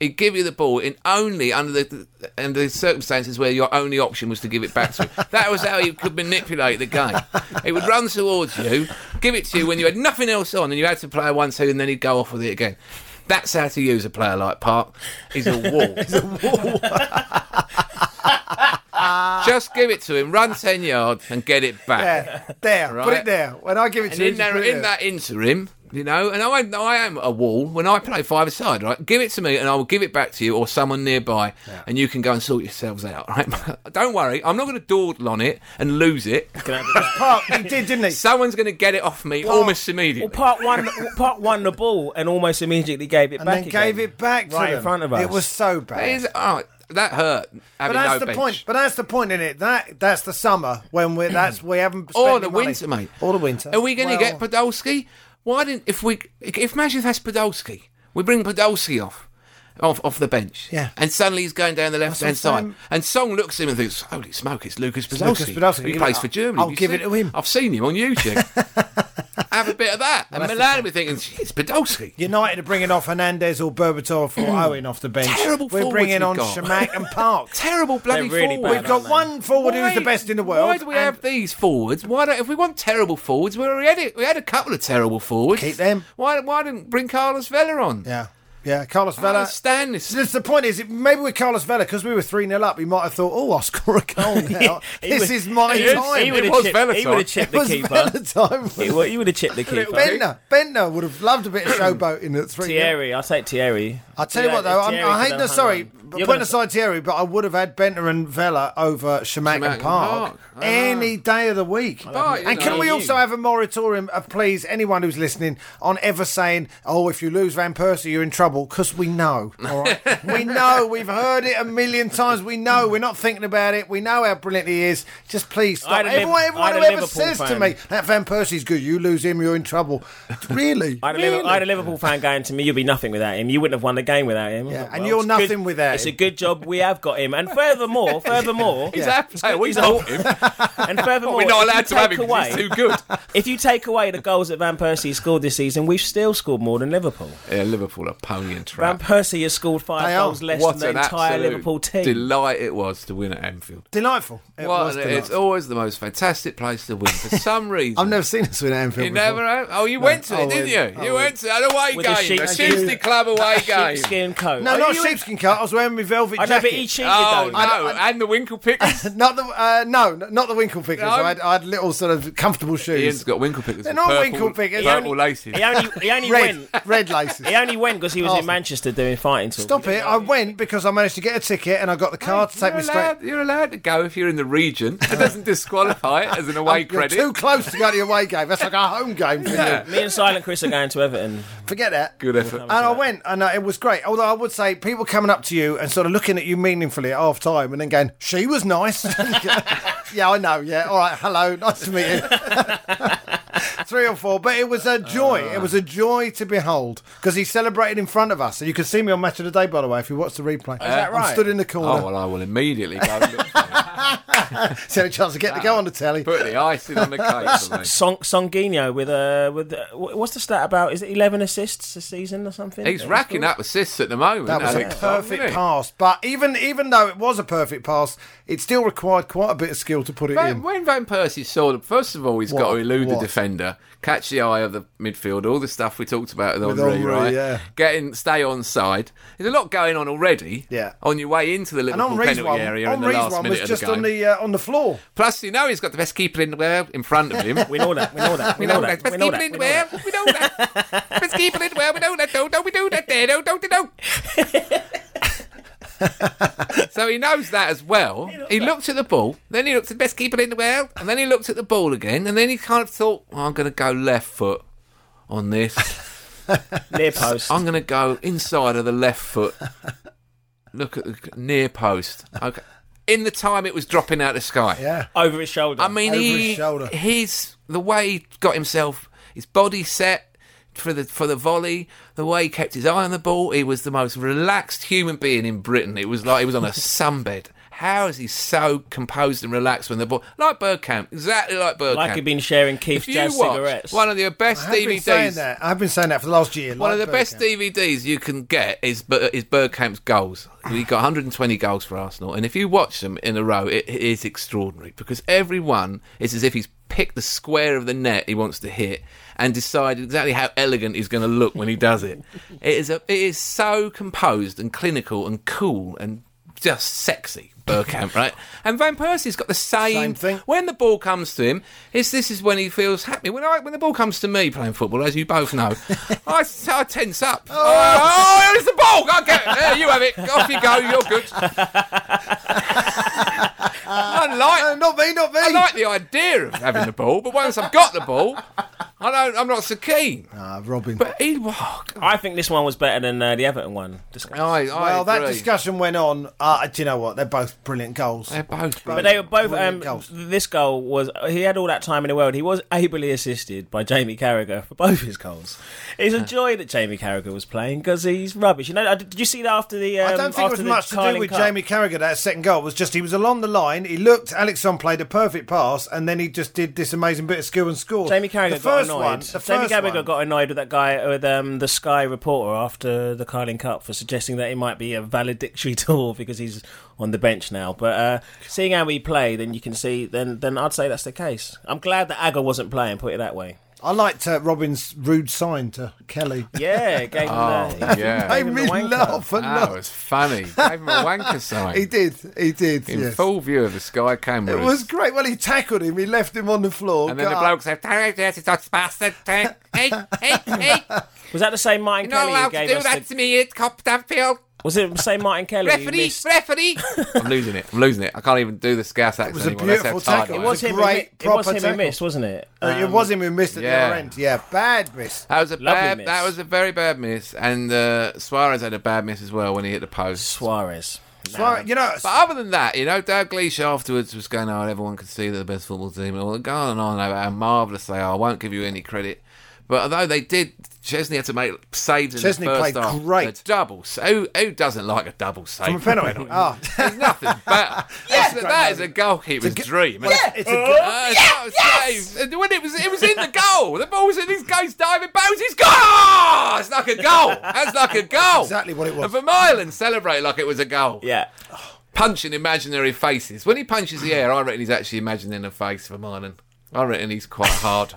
Speaker 2: he'd give you the ball in only under the under the circumstances where your only option was to give it back to him. That was how he could manipulate the game. He would run towards you, give it to you when you had nothing else on, and you had to play a one-two, and then he'd go off with it again. That's how to use a player like Park. He's a wall. Just give it to him, run 10 yards and get it back.
Speaker 3: There, there. Put
Speaker 2: Right.
Speaker 3: it there. When I give it
Speaker 2: And
Speaker 3: to you,
Speaker 2: in,
Speaker 3: just put
Speaker 2: there,
Speaker 3: it
Speaker 2: in that interim, you know, and I, I am a wall. When I play five aside, right, give it to me and I will give it back to you or someone nearby and you can go and sort yourselves out, right? Don't worry, I'm not going to dawdle on it and lose it.
Speaker 4: Can I have the-
Speaker 3: Park. He did, didn't he?
Speaker 2: Someone's going to get it off me almost
Speaker 4: Well,
Speaker 2: immediately.
Speaker 4: part one, part one, the ball, and almost immediately gave it
Speaker 3: And
Speaker 4: back.
Speaker 3: then gave
Speaker 4: again.
Speaker 3: it back to
Speaker 4: right
Speaker 3: them.
Speaker 4: in front of us.
Speaker 3: It was so
Speaker 2: That
Speaker 3: bad.
Speaker 2: is- oh, that hurt.
Speaker 3: But
Speaker 2: Having
Speaker 3: that's
Speaker 2: no
Speaker 3: the
Speaker 2: bench.
Speaker 3: point. But that's the point in it. That that's the summer when we are that's we haven't spent
Speaker 2: or
Speaker 3: any
Speaker 2: the
Speaker 3: money.
Speaker 2: winter, mate.
Speaker 3: Or the winter.
Speaker 2: Are we going to
Speaker 3: Well,
Speaker 2: get Podolski? Why didn't if we if imagine if that's Podolski, we bring Podolski off. Off, off the bench,
Speaker 3: Yeah.
Speaker 2: and suddenly he's going down the left hand
Speaker 3: what I'm
Speaker 2: side,
Speaker 3: saying.
Speaker 2: and Song looks at him and thinks, "Holy smoke, it's Lucas Podolski.
Speaker 3: Lucas Podolski.
Speaker 2: He
Speaker 3: Give
Speaker 2: plays
Speaker 3: it-
Speaker 2: for Germany.
Speaker 3: I'll
Speaker 2: Have you
Speaker 3: give
Speaker 2: seen-
Speaker 3: it to him."
Speaker 2: I've seen him on YouTube. have a bit of that. And Milan will be thinking, "Jeez, Podolski.
Speaker 3: United are bringing off Hernandez or Berbatov or Owen off the bench.
Speaker 2: Terrible
Speaker 3: We're
Speaker 2: forwards
Speaker 3: bringing
Speaker 2: we've
Speaker 3: on
Speaker 2: got.
Speaker 3: Shamak and Parks.
Speaker 2: Terrible bloody
Speaker 4: They're really
Speaker 2: forward.
Speaker 4: bad,
Speaker 3: We've got
Speaker 4: Why-
Speaker 3: one forward who's the
Speaker 2: Why-
Speaker 3: best in the world.
Speaker 2: Why do we
Speaker 3: and
Speaker 2: have these forwards? Why don't if we want terrible forwards? We already had, we had a couple of terrible forwards.
Speaker 3: Keep them.
Speaker 2: Why why didn't bring Carlos Vela on?
Speaker 3: Yeah, yeah. Carlos
Speaker 2: I don't
Speaker 3: Vela.
Speaker 2: understand this.
Speaker 3: So that's the point is, maybe with Carlos Vela, because we were 3 0 up, he might have thought, oh, I'll score a goal now.
Speaker 4: He
Speaker 3: this
Speaker 4: would-
Speaker 3: is my
Speaker 4: he would-
Speaker 3: time.
Speaker 4: He
Speaker 2: would-
Speaker 4: would
Speaker 2: It was
Speaker 4: have chipped,
Speaker 2: Bellator.
Speaker 4: he would have chipped
Speaker 3: It
Speaker 4: the
Speaker 3: was
Speaker 4: keeper.
Speaker 3: Vela time.
Speaker 4: He would, he would have chipped the keeper.
Speaker 3: Bentner, Bentner would have loved a bit of showboating at 3 0.
Speaker 4: Thierry, I'll take Thierry.
Speaker 3: I tell you what, though, I'm, I hate the sorry, but putting aside Thierry, but I would have had Bentner and Vella over Shemak
Speaker 2: Shamak
Speaker 3: and
Speaker 2: and
Speaker 3: Park
Speaker 2: Park.
Speaker 4: Ah.
Speaker 2: I
Speaker 3: any day of the week.
Speaker 2: But, you
Speaker 3: and
Speaker 2: know,
Speaker 3: can we
Speaker 4: Oh, you-
Speaker 3: also have a moratorium, of please, anyone who's listening, on ever saying, "Oh, if you lose Van Persie, you're in trouble," because we know, all right, we know, we've heard it a million times. We know, we're not thinking about it. We know how brilliant he is. Just please
Speaker 4: I
Speaker 3: stop.
Speaker 4: had a
Speaker 3: Everyone,
Speaker 4: Liv-
Speaker 3: everyone
Speaker 4: I had
Speaker 3: who
Speaker 4: a
Speaker 3: ever
Speaker 4: Liverpool
Speaker 3: says to
Speaker 4: fan.
Speaker 3: me that Van Persie's good, you lose him, you're in trouble. really?
Speaker 4: I had, a Liverpool, I had a Liverpool fan going to me, you'd be nothing without him. You wouldn't have won the game without him.
Speaker 3: Yeah,
Speaker 4: Well,
Speaker 3: and you're
Speaker 4: it's good-
Speaker 3: nothing without
Speaker 4: It's
Speaker 3: him.
Speaker 4: a good job we have got him. And furthermore, furthermore,
Speaker 2: He's yeah. Hey, we
Speaker 4: he's
Speaker 2: bought him.
Speaker 4: and furthermore,
Speaker 2: We're not
Speaker 4: if you
Speaker 2: allowed to have
Speaker 4: take
Speaker 2: him. 'cause
Speaker 4: away-
Speaker 2: He's too good.
Speaker 4: if you take away the goals that Van Persie scored this season, we've still scored more than Liverpool.
Speaker 2: yeah, Liverpool are pony and
Speaker 4: Van
Speaker 2: trap.
Speaker 4: Persie has scored five
Speaker 3: They are.
Speaker 4: goals less
Speaker 2: what
Speaker 4: than
Speaker 2: an
Speaker 4: the entire
Speaker 2: absolute
Speaker 4: Liverpool team.
Speaker 2: delight it was to win at Anfield.
Speaker 3: Delightful. It
Speaker 2: Well,
Speaker 3: was
Speaker 2: it's
Speaker 3: delightful.
Speaker 2: always the most fantastic place to win for some reason.
Speaker 3: I've never seen us win at Anfield.
Speaker 2: You
Speaker 3: before.
Speaker 2: never have? Oh, you went to
Speaker 3: I
Speaker 2: it, didn't
Speaker 3: went.
Speaker 2: you?
Speaker 3: I
Speaker 2: you
Speaker 3: went.
Speaker 2: went to an away
Speaker 4: With a
Speaker 2: game, a
Speaker 4: sheepskin-
Speaker 2: Tuesday club away game.
Speaker 4: Sheepskin coat.
Speaker 3: No,
Speaker 4: Are
Speaker 3: not
Speaker 4: you-
Speaker 3: sheepskin cut. I was wearing my velvet
Speaker 4: I know,
Speaker 3: jacket.
Speaker 4: but he cheated
Speaker 2: Oh
Speaker 4: though.
Speaker 2: no, and the Winkle pickers.
Speaker 3: Not the uh, no, n- not the winkle pickers.
Speaker 2: No.
Speaker 3: I, had, I had little sort of comfortable shoes.
Speaker 2: Ian's got Winkle pickers.
Speaker 3: They're
Speaker 2: with
Speaker 3: not
Speaker 2: purple,
Speaker 3: Winkle pickers.
Speaker 2: Purple
Speaker 3: He only-
Speaker 2: laces.
Speaker 4: He only, he only
Speaker 3: red,
Speaker 4: went.
Speaker 3: red laces.
Speaker 4: He only went because he was
Speaker 3: Arsenal.
Speaker 4: in Manchester doing fighting talk.
Speaker 3: Stop it! I went because I managed to get a ticket and I got the card to take
Speaker 2: you're
Speaker 3: me straight.
Speaker 2: allowed, you're allowed to go if you're in the region. It doesn't disqualify it as an away
Speaker 3: You're
Speaker 2: credit.
Speaker 3: too close to go to your away game. That's like a home game. For you.
Speaker 4: Me and Silent Chris are going to Everton.
Speaker 3: Forget that.
Speaker 2: Good effort. Oh,
Speaker 3: And I went, and uh, it was great. Although I would say people coming up to you and sort of looking at you meaningfully at half time, and then going, "She was nice." yeah, I know. Yeah, all right. Hello, nice to meet you. Three or four, but it was a joy. It
Speaker 2: Uh.
Speaker 3: was a joy to behold because he celebrated in front of us, and you can see me on Match of the Day, by the way, if you watch the replay. Is
Speaker 4: that
Speaker 3: I
Speaker 4: right?
Speaker 3: stood in the
Speaker 2: Oh
Speaker 3: corner,
Speaker 2: well, I will immediately go. and Look for it.
Speaker 3: so had a chance to get to go on the telly.
Speaker 2: Put the icing on the cake. For me.
Speaker 4: Song Songinho with uh, with uh, wh- what's the stat about? Is it eleven assists a season or something?
Speaker 2: He's racking up assists at the moment.
Speaker 3: That was a
Speaker 2: Alex Song,
Speaker 3: perfect
Speaker 2: isn't he?
Speaker 3: pass, but even even though it was a perfect pass, it still required quite a bit of skill to put it
Speaker 2: Van,
Speaker 3: in.
Speaker 2: when Van Persie saw them, first of all, he's
Speaker 3: What?
Speaker 2: got to elude the
Speaker 3: What?
Speaker 2: defender, catch the eye of the midfield, all the stuff we talked about with
Speaker 3: With
Speaker 2: Henri,
Speaker 3: Henri,
Speaker 2: right?
Speaker 3: yeah.
Speaker 2: Getting stay on side. There's a lot going on already.
Speaker 3: Yeah.
Speaker 2: On your way into the
Speaker 3: And
Speaker 2: Liverpool
Speaker 3: Henri's
Speaker 2: penalty
Speaker 3: one,
Speaker 2: area in the
Speaker 3: Henri's
Speaker 2: last
Speaker 3: one
Speaker 2: minute
Speaker 3: was
Speaker 2: of
Speaker 3: just
Speaker 2: the game.
Speaker 3: on the uh, on the floor.
Speaker 2: Plus, you know he's got the best keeper in the world in front of him.
Speaker 4: We know that. We know that. We know that.
Speaker 2: Best
Speaker 4: We know
Speaker 2: keeper in
Speaker 4: that.
Speaker 2: the
Speaker 4: We know that.
Speaker 2: world. We know that. Best keeper in the world. We know that. Don't, don't we do that? There, don't, don't, don't. so he knows that as well. He looked at the ball, then he looked at the best keeper in the world, and then he looked at the ball again, and then he kind of thought, oh, I'm going to go left foot on this.
Speaker 4: Near post.
Speaker 2: I'm going to go inside of the left foot. Look at the g- near post. Okay. In the time it was dropping out the sky.
Speaker 3: Yeah.
Speaker 4: Over his shoulder.
Speaker 2: I mean,
Speaker 3: Over
Speaker 2: he,
Speaker 3: his shoulder.
Speaker 2: His the way he got himself, his body set for the for the volley, the way he kept his eye on the ball. He was the most relaxed human being in Britain. It was like he was on a sunbed. How is he so composed and relaxed when the ball like Bergkamp, exactly like Bergkamp.
Speaker 4: like he'd been sharing Keith's
Speaker 2: if you
Speaker 4: jazz
Speaker 2: watch
Speaker 4: cigarettes.
Speaker 2: one of the best
Speaker 3: I have been saying
Speaker 2: DVDs,
Speaker 3: that. I've been saying that for the last year.
Speaker 2: one of the
Speaker 3: like
Speaker 2: best
Speaker 3: Bergkamp.
Speaker 2: DVDs you can get is Ber- is Bergkamp's goals. He got 120 goals for Arsenal, and if you watch them in a row, it, it is extraordinary because every one is as if he's picked the square of the net he wants to hit and decided exactly how elegant he's going to look when he does it. It is a, it is so composed and clinical and cool and just sexy. Burkamp, right? And Van Persie's got the same,
Speaker 3: Same thing.
Speaker 2: When the ball comes to him, it's, this is when he feels happy. When I, when the ball comes to me playing football, as you both know, I, I tense up. Oh, oh, there's the ball. I get it. There, you have it. Off you go. You're good. I like
Speaker 3: No, not me, not me.
Speaker 2: I like the idea of having the ball, but once I've got the ball, I don't. I'm not so keen.
Speaker 3: Ah, Robin.
Speaker 2: But he. Oh, God.
Speaker 4: I think this one was better than uh, the Everton one. Just-
Speaker 2: I, I
Speaker 3: well, that
Speaker 2: agree.
Speaker 3: discussion went on. Uh, do you know what? They're both brilliant goals.
Speaker 2: They're both.
Speaker 4: But they were both.
Speaker 3: Brilliant
Speaker 4: Um,
Speaker 3: goals.
Speaker 4: this goal was. He had all that time in the world. He was ably assisted by Jamie Carragher for both his goals. It's a joy that Jamie Carragher was playing because he's rubbish. You know, I- did you see that after the? Um,
Speaker 3: I don't think it
Speaker 4: after
Speaker 3: was
Speaker 4: the
Speaker 3: much to do
Speaker 4: Carling
Speaker 3: with
Speaker 4: Cup?
Speaker 3: Jamie Carragher. That second goal was just he was along the line. He looked. Alexon played a perfect pass, and then he just did this amazing bit of skill and scored.
Speaker 4: Jamie Carragher
Speaker 3: The
Speaker 4: got
Speaker 3: first one,
Speaker 4: annoyed.
Speaker 3: the
Speaker 4: David
Speaker 3: first
Speaker 4: Gallagher
Speaker 3: one.
Speaker 4: got annoyed with that guy with um, the Sky reporter after the Carling Cup for suggesting that he might be a valedictory tour because he's on the bench now. But uh, seeing how he played, then you can see, then then I'd say that's the case. I'm glad that Agger wasn't playing. Put it that way.
Speaker 3: I liked uh, Robin's rude sign to Kelly.
Speaker 4: Yeah, it gave him
Speaker 2: Oh,
Speaker 4: the,
Speaker 2: yeah.
Speaker 3: Made
Speaker 4: him
Speaker 3: me
Speaker 4: the wanker.
Speaker 3: laugh and
Speaker 2: That
Speaker 3: laugh.
Speaker 2: was Oh, funny. Gave him Ah, a wanker sign.
Speaker 3: He did. He did.
Speaker 2: In
Speaker 3: yes.
Speaker 2: full view of the Sky
Speaker 3: It
Speaker 2: cameras.
Speaker 3: was great. Well, he tackled him. He left him on the floor.
Speaker 2: and then the
Speaker 3: got
Speaker 2: bloke said, "Yes, it's not bastard. Hey, hey, hey, hey.
Speaker 4: Was that the same Martin
Speaker 2: You're not
Speaker 4: Kelly who
Speaker 2: allowed to
Speaker 4: gave
Speaker 2: do
Speaker 4: us
Speaker 2: that
Speaker 4: the,
Speaker 2: to me. It's cop field.
Speaker 4: Was it the same Martin Kelly? who
Speaker 2: Referee,
Speaker 4: missed-
Speaker 2: referee. I'm losing it. I'm losing it. I can't even do the Scouse accent
Speaker 3: was a
Speaker 2: anymore. That's how
Speaker 3: beautiful
Speaker 2: tired
Speaker 3: tackle.
Speaker 2: I
Speaker 3: It
Speaker 2: am.
Speaker 4: It was him.
Speaker 3: Great,
Speaker 4: who, mi- it was
Speaker 3: proper
Speaker 4: him who
Speaker 3: tackle.
Speaker 4: missed, wasn't it?
Speaker 2: Uh,
Speaker 3: up. Uh, it
Speaker 4: Um,
Speaker 3: was him who missed at the other
Speaker 2: yeah.
Speaker 3: end. Yeah, bad miss.
Speaker 2: That was a
Speaker 4: Lovely
Speaker 2: bad.
Speaker 4: miss.
Speaker 2: That was a very bad miss, and uh, Suarez had a bad miss as well when he hit the post.
Speaker 4: Suarez.
Speaker 3: Well, you know,
Speaker 2: But other than that, you know, Doug Leash afterwards was going, "Oh, everyone can see they're the best football team," and all going on and on about how marvellous they are. I won't give you any credit. But although they did, Chesney had to make saves in
Speaker 3: Chesney
Speaker 2: the first
Speaker 3: played
Speaker 2: half.
Speaker 3: great.
Speaker 2: The double. Who, who doesn't like a double save?
Speaker 3: from a penalty. Oh,
Speaker 2: There's nothing better. That's- that is a goalkeeper's dream. isn't it?
Speaker 3: it's a good.
Speaker 2: Uh, that was safe. And when it was, it was in the goal. The ball was in his guy's diving bones. He's gone. Oh, it's like a goal. That's like a goal.
Speaker 3: Exactly what it was.
Speaker 2: And Van Meulen celebrate like it was a goal.
Speaker 4: Yeah.
Speaker 2: Punching imaginary faces. When he punches the air, I reckon he's actually imagining a face for Meulen. I reckon he's quite hard.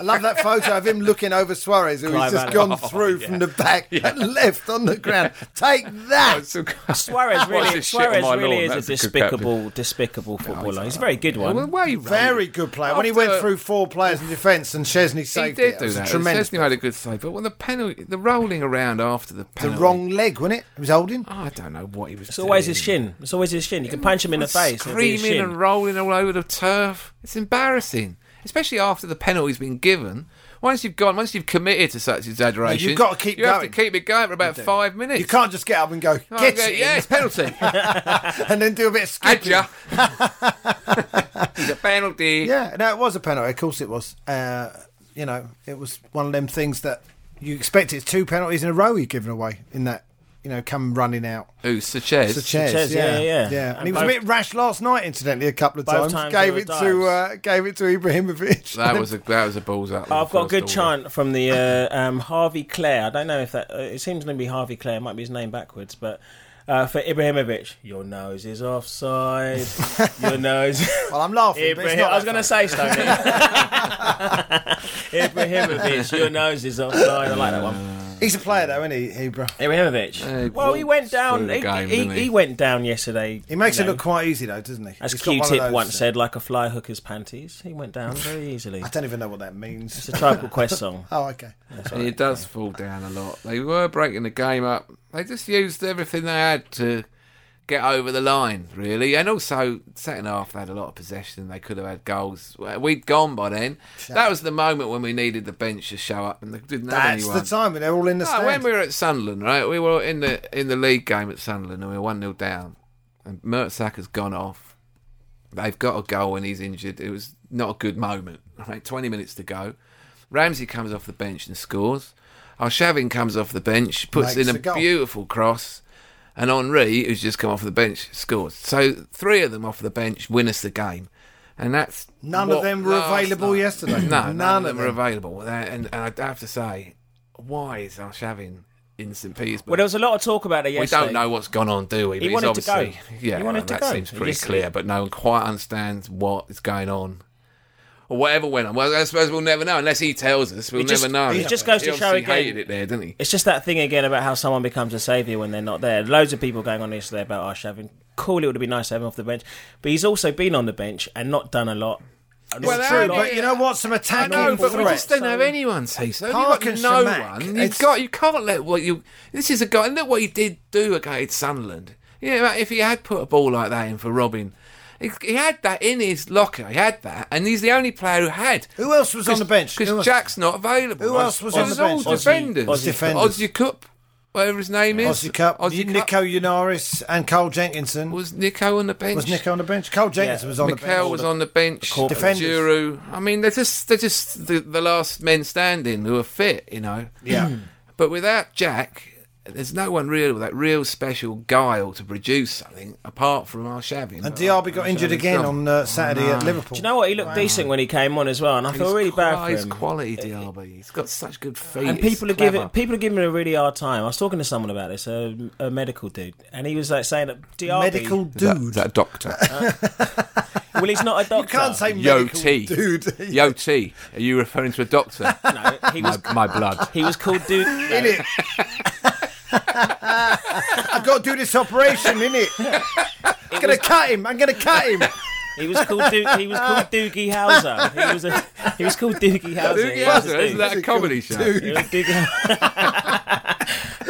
Speaker 3: I love that photo of him looking over Suarez, who
Speaker 4: Clive
Speaker 3: he's just
Speaker 4: Allen.
Speaker 3: gone through from the back and left on the ground. Take that.
Speaker 4: Suarez
Speaker 2: What's
Speaker 4: really,
Speaker 2: this shit on
Speaker 4: Suarez
Speaker 2: my
Speaker 4: really
Speaker 2: lawn?
Speaker 4: is
Speaker 2: That's
Speaker 4: a
Speaker 2: a good
Speaker 4: despicable, despicable footballer. he's a very good one.
Speaker 2: Well, way
Speaker 3: Very good player. When he went
Speaker 2: After-
Speaker 3: through four players in defence and Chesney
Speaker 2: He
Speaker 3: saved
Speaker 2: did
Speaker 3: it,
Speaker 2: do
Speaker 3: was a
Speaker 2: that.
Speaker 3: tremendous.
Speaker 2: Chesney had a good save, but when the penalty, the rolling around after the
Speaker 3: The
Speaker 2: penalty,
Speaker 3: wrong leg, wasn't it? He was holding.
Speaker 2: I don't know what he was.
Speaker 4: it's always
Speaker 2: doing.
Speaker 4: his shin. It's always his shin. You can punch him in the face. it'll be his
Speaker 2: screaming
Speaker 4: shin.
Speaker 2: and rolling all over the turf. It's embarrassing, especially after the penalty's been given. Once you've gone, once you've committed to such exaggeration,
Speaker 3: No, you've got to keep
Speaker 2: You have to
Speaker 3: going.
Speaker 2: keep it going for about five minutes.
Speaker 3: You can't just get up and go
Speaker 2: Oh,
Speaker 3: get
Speaker 2: yeah,
Speaker 3: it,
Speaker 2: yeah, it's penalty.
Speaker 3: and then do a bit of
Speaker 2: Had
Speaker 3: skipping.
Speaker 2: ya? it's a penalty.
Speaker 3: Yeah, no, it was a penalty. Of course, it was. Uh, you know, it was one of them things that you expect. It's two penalties in a row you've given away in that. You know, come running out.
Speaker 2: Ooh, Sanchez.
Speaker 3: Sanchez,
Speaker 4: Sanchez,
Speaker 3: yeah,
Speaker 4: yeah, yeah.
Speaker 3: And, he
Speaker 4: And
Speaker 3: was
Speaker 4: both-
Speaker 3: a bit rash last night, incidentally, a couple of times.
Speaker 4: Both times
Speaker 3: Gave
Speaker 4: there
Speaker 3: it
Speaker 4: were
Speaker 3: to uh, gave it to Ibrahimovic.
Speaker 2: That was a that was a balls up.
Speaker 4: I've got a good
Speaker 2: First order.
Speaker 4: chant from the uh, um, Harvey Clare. I don't know if that. Uh, it seems to be Harvey Clare. It might be his name backwards, but uh, for Ibrahimovic, your nose is offside. your nose.
Speaker 3: well, I'm laughing. but it's
Speaker 4: Ibrahim-
Speaker 3: not
Speaker 4: I was
Speaker 3: that
Speaker 4: going to
Speaker 3: funny.
Speaker 4: say Stoney. Ibrahimovic, your nose is offside. I like that one.
Speaker 3: he's a player though, isn't he, Ibra?
Speaker 4: Ibrahimovic.
Speaker 2: he
Speaker 4: well, he went
Speaker 2: walked
Speaker 4: down.
Speaker 2: through the
Speaker 4: He,
Speaker 2: game,
Speaker 4: he-
Speaker 2: didn't he?
Speaker 4: he went down yesterday.
Speaker 3: He makes
Speaker 4: you
Speaker 3: it
Speaker 4: know,
Speaker 3: look quite easy though, doesn't he?
Speaker 4: As
Speaker 3: He's got one
Speaker 4: Q
Speaker 3: of
Speaker 4: Tip
Speaker 3: those-
Speaker 4: once said, like a fly hooker's panties. He went down very easily.
Speaker 3: I don't even know what that means.
Speaker 4: It's a Tribal Quest song.
Speaker 3: Oh, okay.
Speaker 2: And it does fall down a lot. They were breaking the game up. They just used everything they had to get over the line, really. And also, second half, they had a lot of possession. They could have had goals. We'd gone by then. That was the moment when we needed the bench to show up, and they didn't have
Speaker 3: That's
Speaker 2: anyone.
Speaker 3: the time when they're all in the
Speaker 2: No, when
Speaker 3: stand.
Speaker 2: we were at Sunderland, right? We were in the in the league game at Sunderland, and we were one 0 down. And Mertzak has gone off. They've got a goal, and he's injured. It was not a good moment. Right, twenty minutes to go. Ramsey comes off the bench and scores. Arshavin comes off the bench, puts in
Speaker 3: Makes the
Speaker 2: a
Speaker 3: goal.
Speaker 2: beautiful cross, and Henri, who's just come off the bench, scores. So three of them off the bench win us the game, and that's
Speaker 3: None
Speaker 2: what
Speaker 3: of them were
Speaker 2: last
Speaker 3: available
Speaker 2: night-
Speaker 3: yesterday.
Speaker 2: no, none, of them are available. And, and I have to say, why is Arshavin in St. Petersburg?
Speaker 4: Well, there was a lot of talk about it
Speaker 2: we
Speaker 4: yesterday.
Speaker 2: don't know what's gone on, do we?
Speaker 4: He
Speaker 2: But
Speaker 4: wanted
Speaker 2: it's
Speaker 4: to go.
Speaker 2: obviously- Yeah,
Speaker 4: He wanted to
Speaker 2: that
Speaker 4: go.
Speaker 2: seems
Speaker 4: He
Speaker 2: pretty
Speaker 4: just-
Speaker 2: clear, but no one quite understands what is going on. Or whatever went on. Well, I suppose we'll never know unless he tells us. We'll
Speaker 4: It just-
Speaker 2: never know.
Speaker 4: it just goes
Speaker 2: he
Speaker 4: to show
Speaker 2: obviously
Speaker 4: again-
Speaker 2: hated it there, didn't he?
Speaker 4: It's just that thing again about how someone becomes a saviour when they're not there. Loads of people going on yesterday about Arshavin. Cool, it would have been nice to have him off the bench. But he's also been on the bench and not done a lot. And
Speaker 2: Well,
Speaker 4: not
Speaker 2: how
Speaker 4: done a
Speaker 2: do
Speaker 4: lot.
Speaker 3: But you know what? Some
Speaker 2: I
Speaker 3: attacking
Speaker 2: know, but we
Speaker 3: threat.
Speaker 2: just don't have anyone, Cecil. You've got
Speaker 3: Park and
Speaker 2: no
Speaker 3: Shamak.
Speaker 2: one. You've
Speaker 3: It's-
Speaker 2: got. You can't let what you. This is a guy. Look what he did do against Sunderland. Yeah, like, if he had put a ball like that in for Robin, he, he had that in his locker. He had that, and he's the only player who had.
Speaker 3: Who else was on the bench? Who
Speaker 2: Because
Speaker 3: else?
Speaker 2: Jack's not available.
Speaker 3: Who else was
Speaker 2: It
Speaker 3: on the bench?
Speaker 2: All
Speaker 3: Aussie-
Speaker 2: defenders.
Speaker 4: Aussie
Speaker 3: defenders.
Speaker 2: Ozzy Cup, whatever his name is.
Speaker 3: Aussie Cup.
Speaker 2: Ozzy
Speaker 3: Nico Yunaris and Cole Jenkinson.
Speaker 2: was
Speaker 3: Was,
Speaker 2: Nico on the bench.
Speaker 3: Nico on the bench? Cole Jenkinson was on the bench.
Speaker 2: Mikel was on the bench.
Speaker 3: Defenders.
Speaker 2: Giroud. I mean, they're just they're just the, the last men standing who are fit, you know.
Speaker 3: Yeah.
Speaker 2: But without Jack, there's no one real with that real special guile to produce something apart from Arshavin.
Speaker 3: And Diaby got injured again on uh, Saturday at Liverpool.
Speaker 4: Do you know what? He looked decent when he came on as well, and I feel really bad for
Speaker 2: He's
Speaker 4: him.
Speaker 2: quality, Diaby. He's got such good feet.
Speaker 4: and
Speaker 2: He's
Speaker 4: people are giving
Speaker 2: clever.
Speaker 4: people are giving him a really hard time. I was talking to someone about this, a, a medical dude, and he was like saying that Diaby.
Speaker 3: Medical
Speaker 2: Is that-
Speaker 3: dude.
Speaker 2: is that a doctor?
Speaker 4: Uh, Well, he's not a doctor.
Speaker 3: you can't say
Speaker 2: Yo
Speaker 3: medical
Speaker 2: T.
Speaker 3: dude.
Speaker 2: Yo T. Are you referring to a doctor?
Speaker 4: no. He was
Speaker 2: my, my blood.
Speaker 4: he was called dude. no.
Speaker 3: innit? I've got to do this operation, innit? I'm gonna cut him. I'm gonna cut him.
Speaker 4: He was called Duke, he was called Doogie Howser. He was a, he was called Doogie Howser.
Speaker 2: Doogie
Speaker 4: He was a
Speaker 2: Howser, isn't
Speaker 4: dude.
Speaker 2: that a comedy show?
Speaker 4: He was Doogie-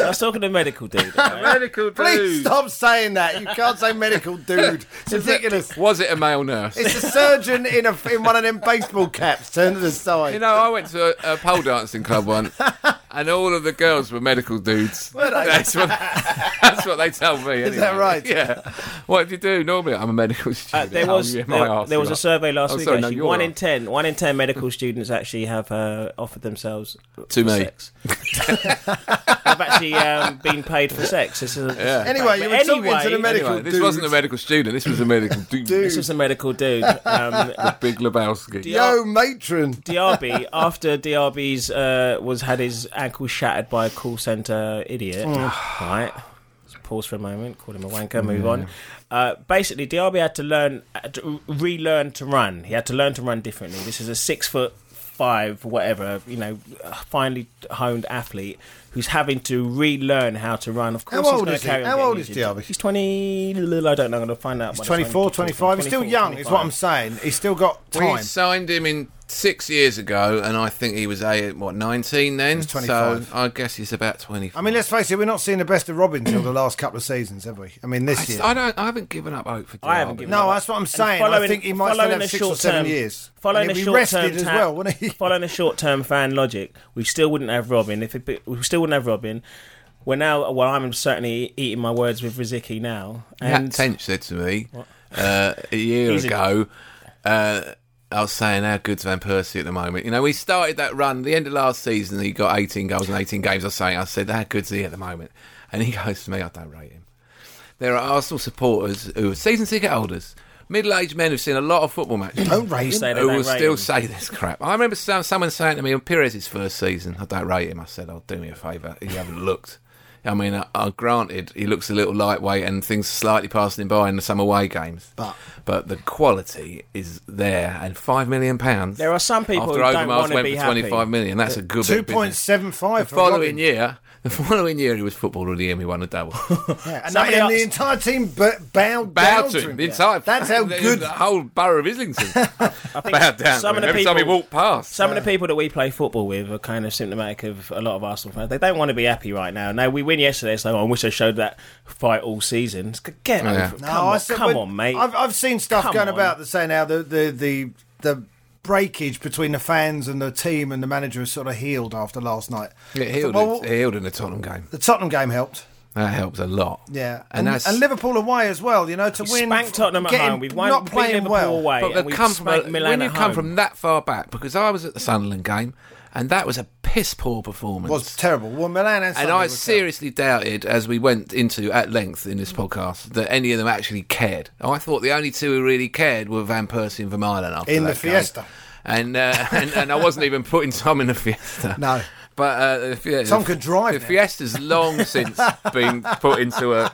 Speaker 4: I was talking to a medical dude. right?
Speaker 2: Medical
Speaker 3: Please stop saying that. You can't say medical dude. It's ridiculous.
Speaker 2: Was it a male nurse?
Speaker 3: It's a surgeon in a in one of them baseball caps turned to the side.
Speaker 2: You know, I went to a, a pole dancing club once, and all of the girls were medical dudes.
Speaker 3: they?
Speaker 2: That's what, that's what they tell me. Is
Speaker 3: that right?
Speaker 2: Yeah. What do you do normally? I'm a medical
Speaker 4: Uh,
Speaker 2: student.
Speaker 4: there was
Speaker 2: oh, yeah, my
Speaker 4: there,
Speaker 2: arse,
Speaker 4: there was
Speaker 2: you're
Speaker 4: a
Speaker 2: right.
Speaker 4: survey last
Speaker 2: Oh,
Speaker 4: week.
Speaker 2: sorry, no,
Speaker 4: actually,
Speaker 2: you're
Speaker 4: one
Speaker 2: right.
Speaker 4: in ten one in ten medical students actually have uh, offered themselves
Speaker 2: To
Speaker 4: for
Speaker 2: me.
Speaker 4: Sex. I've actually um, been paid for sex. This is a,
Speaker 3: Anyway, you were talking to the
Speaker 2: Anyway,
Speaker 3: medic- medical
Speaker 2: this wasn't a
Speaker 3: dudes.
Speaker 2: medical student. This was a medical dude.
Speaker 4: This was a medical dude. Um,
Speaker 2: Big Lebowski.
Speaker 4: Oh,
Speaker 3: Yo, matron.
Speaker 4: DRB after DRB's uh, was had his ankle shattered by a call center idiot.
Speaker 3: Oh.
Speaker 4: Right. Let's pause for a moment. Call him a wanker. Move on. Uh, basically, DRB had to learn, had to relearn to run. He had to learn to run differently. This is a six foot five, whatever you know, finely honed athlete who's having to relearn how to run. Of course,
Speaker 3: How
Speaker 4: he's
Speaker 3: old
Speaker 4: gonna
Speaker 3: is he?
Speaker 4: carry on
Speaker 3: How
Speaker 4: getting
Speaker 3: old is
Speaker 4: injured.
Speaker 3: Diaby?
Speaker 4: He's twenty. I don't know. I'm going to find out.
Speaker 3: He's
Speaker 4: by the time
Speaker 3: 24, 25. He's still
Speaker 4: 24,
Speaker 3: young, is what I'm
Speaker 4: 25.
Speaker 3: saying. He's still got
Speaker 2: We
Speaker 3: time.
Speaker 2: signed him in six years ago, and I think he was a what nineteen then.
Speaker 3: He's
Speaker 2: so
Speaker 3: 25.
Speaker 2: I guess he's about twenty.
Speaker 3: I mean, let's face it, we're not seeing the best of Robin till the last couple of seasons, have we? I mean,
Speaker 2: I,
Speaker 3: this
Speaker 2: s-
Speaker 3: year.
Speaker 2: I don't. I haven't given up hope for. Derby.
Speaker 4: I haven't given
Speaker 3: No,
Speaker 4: up.
Speaker 3: that's what I'm
Speaker 4: And
Speaker 3: saying. I think he might still
Speaker 4: following
Speaker 3: have
Speaker 4: the
Speaker 3: six or
Speaker 4: short
Speaker 3: seven
Speaker 4: term-
Speaker 3: years.
Speaker 4: Following
Speaker 3: And
Speaker 4: the
Speaker 3: he'll be
Speaker 4: short term
Speaker 3: rested as well, won't he?
Speaker 4: Following a short term fan logic, we still wouldn't have Robin. If it, we still wouldn't have Robin, we're now. Well, I'm certainly eating my words with Riziki now.
Speaker 2: Pat
Speaker 4: And
Speaker 2: Tench said to me uh, a year
Speaker 4: He's a-
Speaker 2: ago. uh, I was saying how good's Van Persie at the moment. You know, we started that run the end of last season. He got 18 goals in 18 games. I was saying, I said how good's he at the moment, and he goes to me, I don't rate him. There are Arsenal supporters who are season ticket holders, middle-aged men who've seen a lot of football matches.
Speaker 3: don't raise
Speaker 4: say
Speaker 3: him.
Speaker 4: they
Speaker 2: who
Speaker 4: don't
Speaker 2: will
Speaker 4: rate
Speaker 2: still
Speaker 4: him.
Speaker 2: say this crap. I remember some, someone saying to me on Perez's first season, I don't rate him. I said, "Oh, do me a favour. You haven't looked." I mean, I, I granted he looks a little lightweight and things slightly passing him by in some away games,
Speaker 3: But-
Speaker 2: but the quality is there. And five million pounds.
Speaker 4: There are some people
Speaker 2: after
Speaker 4: who don't
Speaker 2: Overmars
Speaker 4: wanna
Speaker 2: went
Speaker 4: be
Speaker 2: for
Speaker 4: happy.
Speaker 2: twenty-five million. That's a good bit of business.
Speaker 3: 2.75
Speaker 2: The
Speaker 3: for
Speaker 2: following
Speaker 3: Robin.
Speaker 2: year, the following year he was footballer of the year. and He won a double.
Speaker 3: Yeah, and,
Speaker 4: Somebody
Speaker 3: and
Speaker 4: else-
Speaker 3: the entire team b- bowed,
Speaker 2: Bowed
Speaker 3: down
Speaker 2: to him. The
Speaker 3: Yeah.
Speaker 2: entire.
Speaker 3: That's how
Speaker 2: the-
Speaker 3: good-
Speaker 2: the whole borough of Islington
Speaker 4: think
Speaker 2: bowed down.
Speaker 4: some
Speaker 2: to him.
Speaker 4: of the
Speaker 2: Every time he
Speaker 4: people-
Speaker 2: walked past.
Speaker 4: Some of the people that we play football with are kind of symptomatic of a lot of Arsenal fans. They don't want to be happy right now. Now we win yesterday, so oh, I wish I showed that fight all season. It's- Get
Speaker 2: Yeah.
Speaker 4: over it.
Speaker 3: No,
Speaker 4: come
Speaker 3: I
Speaker 4: on,
Speaker 3: said,
Speaker 4: come
Speaker 3: when-
Speaker 4: on, mate.
Speaker 3: I've, I've seen stuff
Speaker 4: Come
Speaker 3: going
Speaker 4: on.
Speaker 3: about that saying how the the the the breakage between the fans and the team and the manager has sort of healed after last night.
Speaker 2: It
Speaker 3: I
Speaker 2: healed,
Speaker 3: thought, well,
Speaker 2: it healed in the Tottenham game.
Speaker 3: the Tottenham game helped.
Speaker 2: That helps a lot.
Speaker 3: Yeah,
Speaker 2: and,
Speaker 3: and and,
Speaker 2: that's
Speaker 3: Liverpool away as well. You know, to win,
Speaker 4: Spanked Tottenham at
Speaker 3: getting-
Speaker 4: home. We've won,
Speaker 3: not
Speaker 4: beat
Speaker 3: playing
Speaker 4: Liverpool
Speaker 3: well.
Speaker 4: away,
Speaker 2: But
Speaker 4: and
Speaker 2: they
Speaker 4: we've
Speaker 2: come from a,
Speaker 4: spanked Milan
Speaker 2: when you
Speaker 4: at
Speaker 2: come
Speaker 4: home.
Speaker 2: from that far back, because I was at the Sunderland game, and that was a piss poor performance.
Speaker 3: was terrible. Well, Milan and,
Speaker 2: and
Speaker 3: Sunderland
Speaker 2: I
Speaker 3: were
Speaker 2: seriously doubted, as we went into at length in this podcast, that any of them actually cared. I thought the only two who really cared were Van Persie and Vermaelen after
Speaker 3: In
Speaker 2: that
Speaker 3: the
Speaker 2: game.
Speaker 3: Fiesta.
Speaker 2: And, uh, and and I wasn't even putting Tom in the Fiesta.
Speaker 3: No.
Speaker 2: but uh, the Fie-
Speaker 3: Tom could drive
Speaker 2: The
Speaker 3: now.
Speaker 2: Fiesta's long since been put into a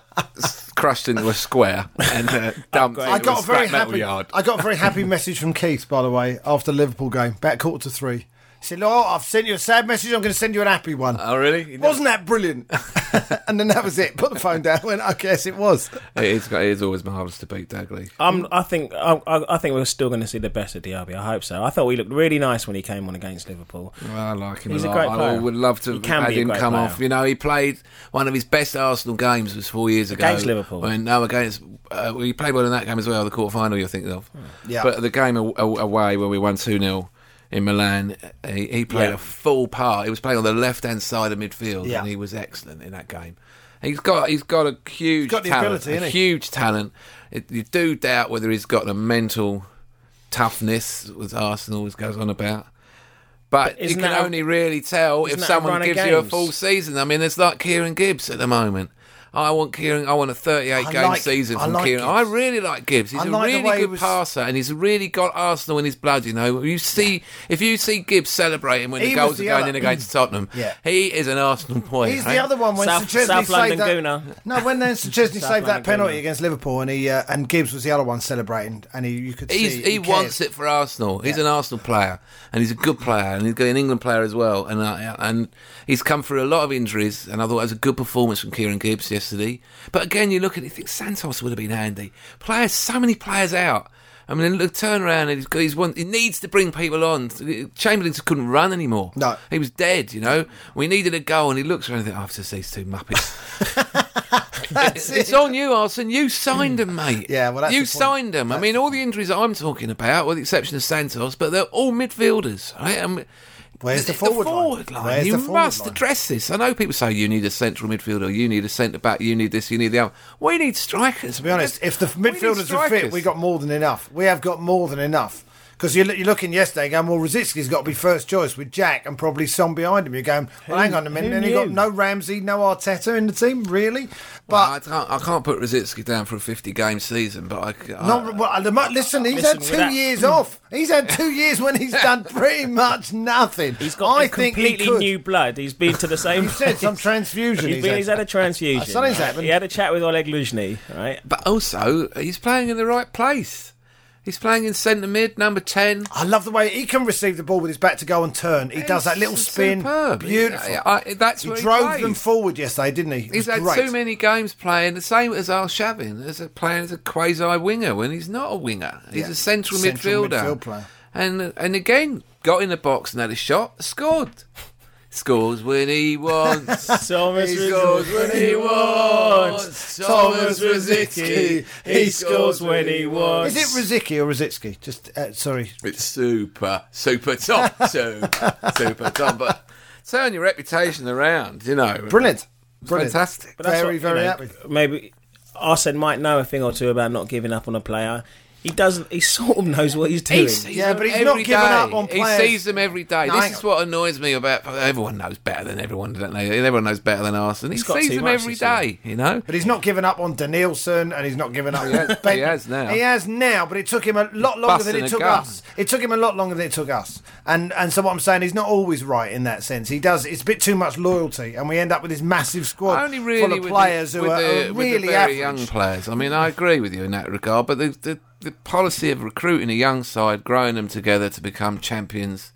Speaker 2: crushed into a square and uh, dumped.
Speaker 3: terrible. I
Speaker 2: into
Speaker 3: got a
Speaker 2: scrap
Speaker 3: very
Speaker 2: metal
Speaker 3: happy.
Speaker 2: yard.
Speaker 3: I got a very happy message from Keith, by the way, after the Liverpool game, about quarter to three. He said, "Oh, I've sent you a sad message. I'm going to send you an happy one."
Speaker 2: Oh, really? He
Speaker 3: Wasn't that brilliant? and then that was it. Put the phone down. Went, I guess it was.
Speaker 2: It is, it is always marvellous to beat Dagley.
Speaker 4: I'm, I think I, I I think we're still going to see the best of Diaby. I hope so. I thought he looked really nice when he came on against Liverpool.
Speaker 2: I like him
Speaker 4: He's
Speaker 2: a
Speaker 4: a
Speaker 2: lot.
Speaker 4: great
Speaker 2: I
Speaker 4: player.
Speaker 2: would love to
Speaker 4: He
Speaker 2: have
Speaker 4: can
Speaker 2: had
Speaker 4: be a
Speaker 2: him
Speaker 4: great
Speaker 2: come
Speaker 4: player.
Speaker 2: off. You know, he played one of his best Arsenal games was four years ago
Speaker 4: Against Liverpool.
Speaker 2: When, no, against uh, we played well in that game as well. The quarter final, you're thinking of.
Speaker 3: Yeah.
Speaker 2: But the game aw- aw- away where we won two 0 in Milan, he, he played
Speaker 4: Yeah.
Speaker 2: a full part. He was playing on the left hand side of midfield,
Speaker 3: Yeah.
Speaker 2: and he was excellent in that game. He's got he's got a huge
Speaker 3: got the
Speaker 2: talent,
Speaker 3: ability,
Speaker 2: a
Speaker 3: hasn't he?
Speaker 2: huge talent. It, you do doubt whether he's got the mental toughness as Arsenal always goes on about. But, you
Speaker 4: isn't
Speaker 2: can
Speaker 4: that a-
Speaker 2: only really tell
Speaker 4: isn't
Speaker 2: if
Speaker 4: that a
Speaker 2: someone
Speaker 4: run of
Speaker 2: gives you a
Speaker 4: games?
Speaker 2: full season. I mean, it's like Kieran Gibbs at the moment. I want Kieran. I want a 38
Speaker 3: I
Speaker 2: game
Speaker 3: like-
Speaker 2: season
Speaker 3: I
Speaker 2: from
Speaker 3: like
Speaker 2: Kieran.
Speaker 3: Gibbs.
Speaker 2: I really like Gibbs. He's
Speaker 3: I
Speaker 2: a
Speaker 3: like the way
Speaker 2: really
Speaker 3: he
Speaker 2: good
Speaker 3: was-
Speaker 2: passer, and he's really got Arsenal in his blood. You know, you see if you see Gibbs celebrating when
Speaker 3: He
Speaker 2: the
Speaker 3: was
Speaker 2: goals
Speaker 3: the
Speaker 2: are going
Speaker 3: other-
Speaker 2: in against Tottenham,
Speaker 3: Yeah.
Speaker 2: he is an Arsenal boy.
Speaker 3: He's
Speaker 2: right?
Speaker 3: the other one when
Speaker 4: South-
Speaker 3: Sir Chesney
Speaker 4: South
Speaker 3: saved
Speaker 4: London
Speaker 3: that.
Speaker 4: Gooner.
Speaker 3: No, when then Sir Chesney
Speaker 4: South
Speaker 3: saved that
Speaker 4: London
Speaker 3: penalty
Speaker 4: Gooner.
Speaker 3: against Liverpool, and he uh, and Gibbs was the other one celebrating, and he you could
Speaker 2: He's,
Speaker 3: see
Speaker 2: he wants it for Arsenal. He's an Arsenal player, and he's a good player, and he's an England player as well. And uh, and he's come through a lot of injuries, and I thought it was a good performance from Kieran Gibbs yesterday. But again, you look at it, you think Santos would have been handy. Players, so many players out. I mean, look, turn around, and he's, got, he's want, he needs to bring people on. Chamberlain just couldn't run anymore.
Speaker 3: No.
Speaker 2: He was dead, you know. We needed a goal, and he looks around and thinks, oh, I've just these two Muppets.
Speaker 3: That's
Speaker 2: It's
Speaker 3: it.
Speaker 2: on you, Arsene. You signed them, mate.
Speaker 3: Yeah, well, that's
Speaker 2: you
Speaker 3: the point.
Speaker 2: signed them. I mean, all the injuries that I'm talking about, with the exception of Santos, but they're all midfielders. Right? I mean,
Speaker 3: Where's the
Speaker 2: th-
Speaker 3: forward line?
Speaker 2: forward line?
Speaker 3: Where's
Speaker 2: you
Speaker 3: the forward
Speaker 2: must
Speaker 3: line?
Speaker 2: address this. I know people say you need a central midfielder, you need a centre back, you need this, you need the other. We need strikers.
Speaker 3: To be honest, if the midfielders were fit, we got more than enough. We have got more than enough. Because you're, you're looking yesterday going, well, Rosicki's got to be first choice with Jack and probably Son behind him. You're going, well, hang on a minute.
Speaker 4: who
Speaker 3: And you've got
Speaker 4: knew?
Speaker 3: no Ramsey, no Arteta in the team, really. But
Speaker 2: I can't. I can't put Rosicki down for a 50 game season, but I, I
Speaker 3: Not well, the, mo- listen. He's
Speaker 4: Listen,
Speaker 3: had two
Speaker 4: without-
Speaker 3: years off. He's had two years when he's done pretty much nothing.
Speaker 4: He's got
Speaker 3: I
Speaker 4: a
Speaker 3: think he
Speaker 4: completely
Speaker 3: could.
Speaker 4: new blood. He's been to the same.
Speaker 3: You said some transfusion.
Speaker 4: He's,
Speaker 3: he's
Speaker 4: been,
Speaker 3: had.
Speaker 4: he's had a transfusion.
Speaker 3: Something's
Speaker 4: right?
Speaker 3: happened.
Speaker 4: He had a chat with Oleg Luzhny, right?
Speaker 2: But also, he's playing in the right place. He's playing in centre mid, number 10.
Speaker 3: I love the way he can receive the ball with his back to go and turn. He does that little
Speaker 2: It's
Speaker 3: spin.
Speaker 2: superb.
Speaker 3: Beautiful.
Speaker 2: I- I- that's
Speaker 3: he
Speaker 2: where he
Speaker 3: drove
Speaker 2: plays.
Speaker 3: them forward yesterday, didn't he? It
Speaker 2: He's
Speaker 3: was
Speaker 2: had
Speaker 3: great.
Speaker 2: too many games playing the same as Al Shavin as a playing as a quasi winger when he's not a winger. He's
Speaker 3: Yeah.
Speaker 2: a central,
Speaker 3: Central
Speaker 2: midfielder.
Speaker 3: midfield player.
Speaker 2: And and again, got in the box and had a shot, scored. Scores when he wants.
Speaker 4: Thomas
Speaker 3: He
Speaker 4: Rizzo.
Speaker 3: scores when he wants. Thomas Rosicky. He scores
Speaker 4: when he
Speaker 3: Is
Speaker 4: wants.
Speaker 3: it Rosicki or Rosicki? Just uh, sorry.
Speaker 2: It's super, super Tom, super, super Tom. But turn your reputation around, you know.
Speaker 3: Brilliant. Brilliant.
Speaker 2: Fantastic.
Speaker 4: That's
Speaker 3: Very,
Speaker 4: what, you
Speaker 3: very
Speaker 4: know,
Speaker 3: happy.
Speaker 4: Maybe Arsene might know a thing or two about not giving up on a player. He doesn't. He sort of knows what he's doing.
Speaker 2: He sees
Speaker 3: Yeah,
Speaker 2: them
Speaker 3: but he's not
Speaker 2: every
Speaker 3: giving
Speaker 2: day.
Speaker 3: up on players.
Speaker 2: He sees them every day.
Speaker 3: No, hang
Speaker 2: this is
Speaker 3: on.
Speaker 2: what annoys me about everyone knows better than everyone, don't they? Everyone knows better than Arsenal. He
Speaker 4: He's got
Speaker 2: sees
Speaker 4: too
Speaker 2: them
Speaker 4: much
Speaker 2: every
Speaker 4: this year.
Speaker 2: day, you know.
Speaker 3: But he's not given up on Danielson, and he's not given up.
Speaker 2: He has-
Speaker 3: on Ben-
Speaker 2: he has now.
Speaker 3: He has now, but it took him a lot longer than
Speaker 2: busting
Speaker 3: it
Speaker 2: a
Speaker 3: took
Speaker 2: gun.
Speaker 3: us. It took him a lot longer than it took us. And and so what I'm saying, he's not always right in that sense. He does. It's a bit too much loyalty, and we end up with this massive squad
Speaker 2: Only really
Speaker 3: full
Speaker 2: with
Speaker 3: of players
Speaker 2: the,
Speaker 3: who
Speaker 2: with
Speaker 3: are,
Speaker 2: the,
Speaker 3: are
Speaker 2: with the
Speaker 3: really
Speaker 2: very young
Speaker 3: average.
Speaker 2: players. I mean, I agree with you in that regard. But the, the the policy of recruiting a young side, growing them together to become champions,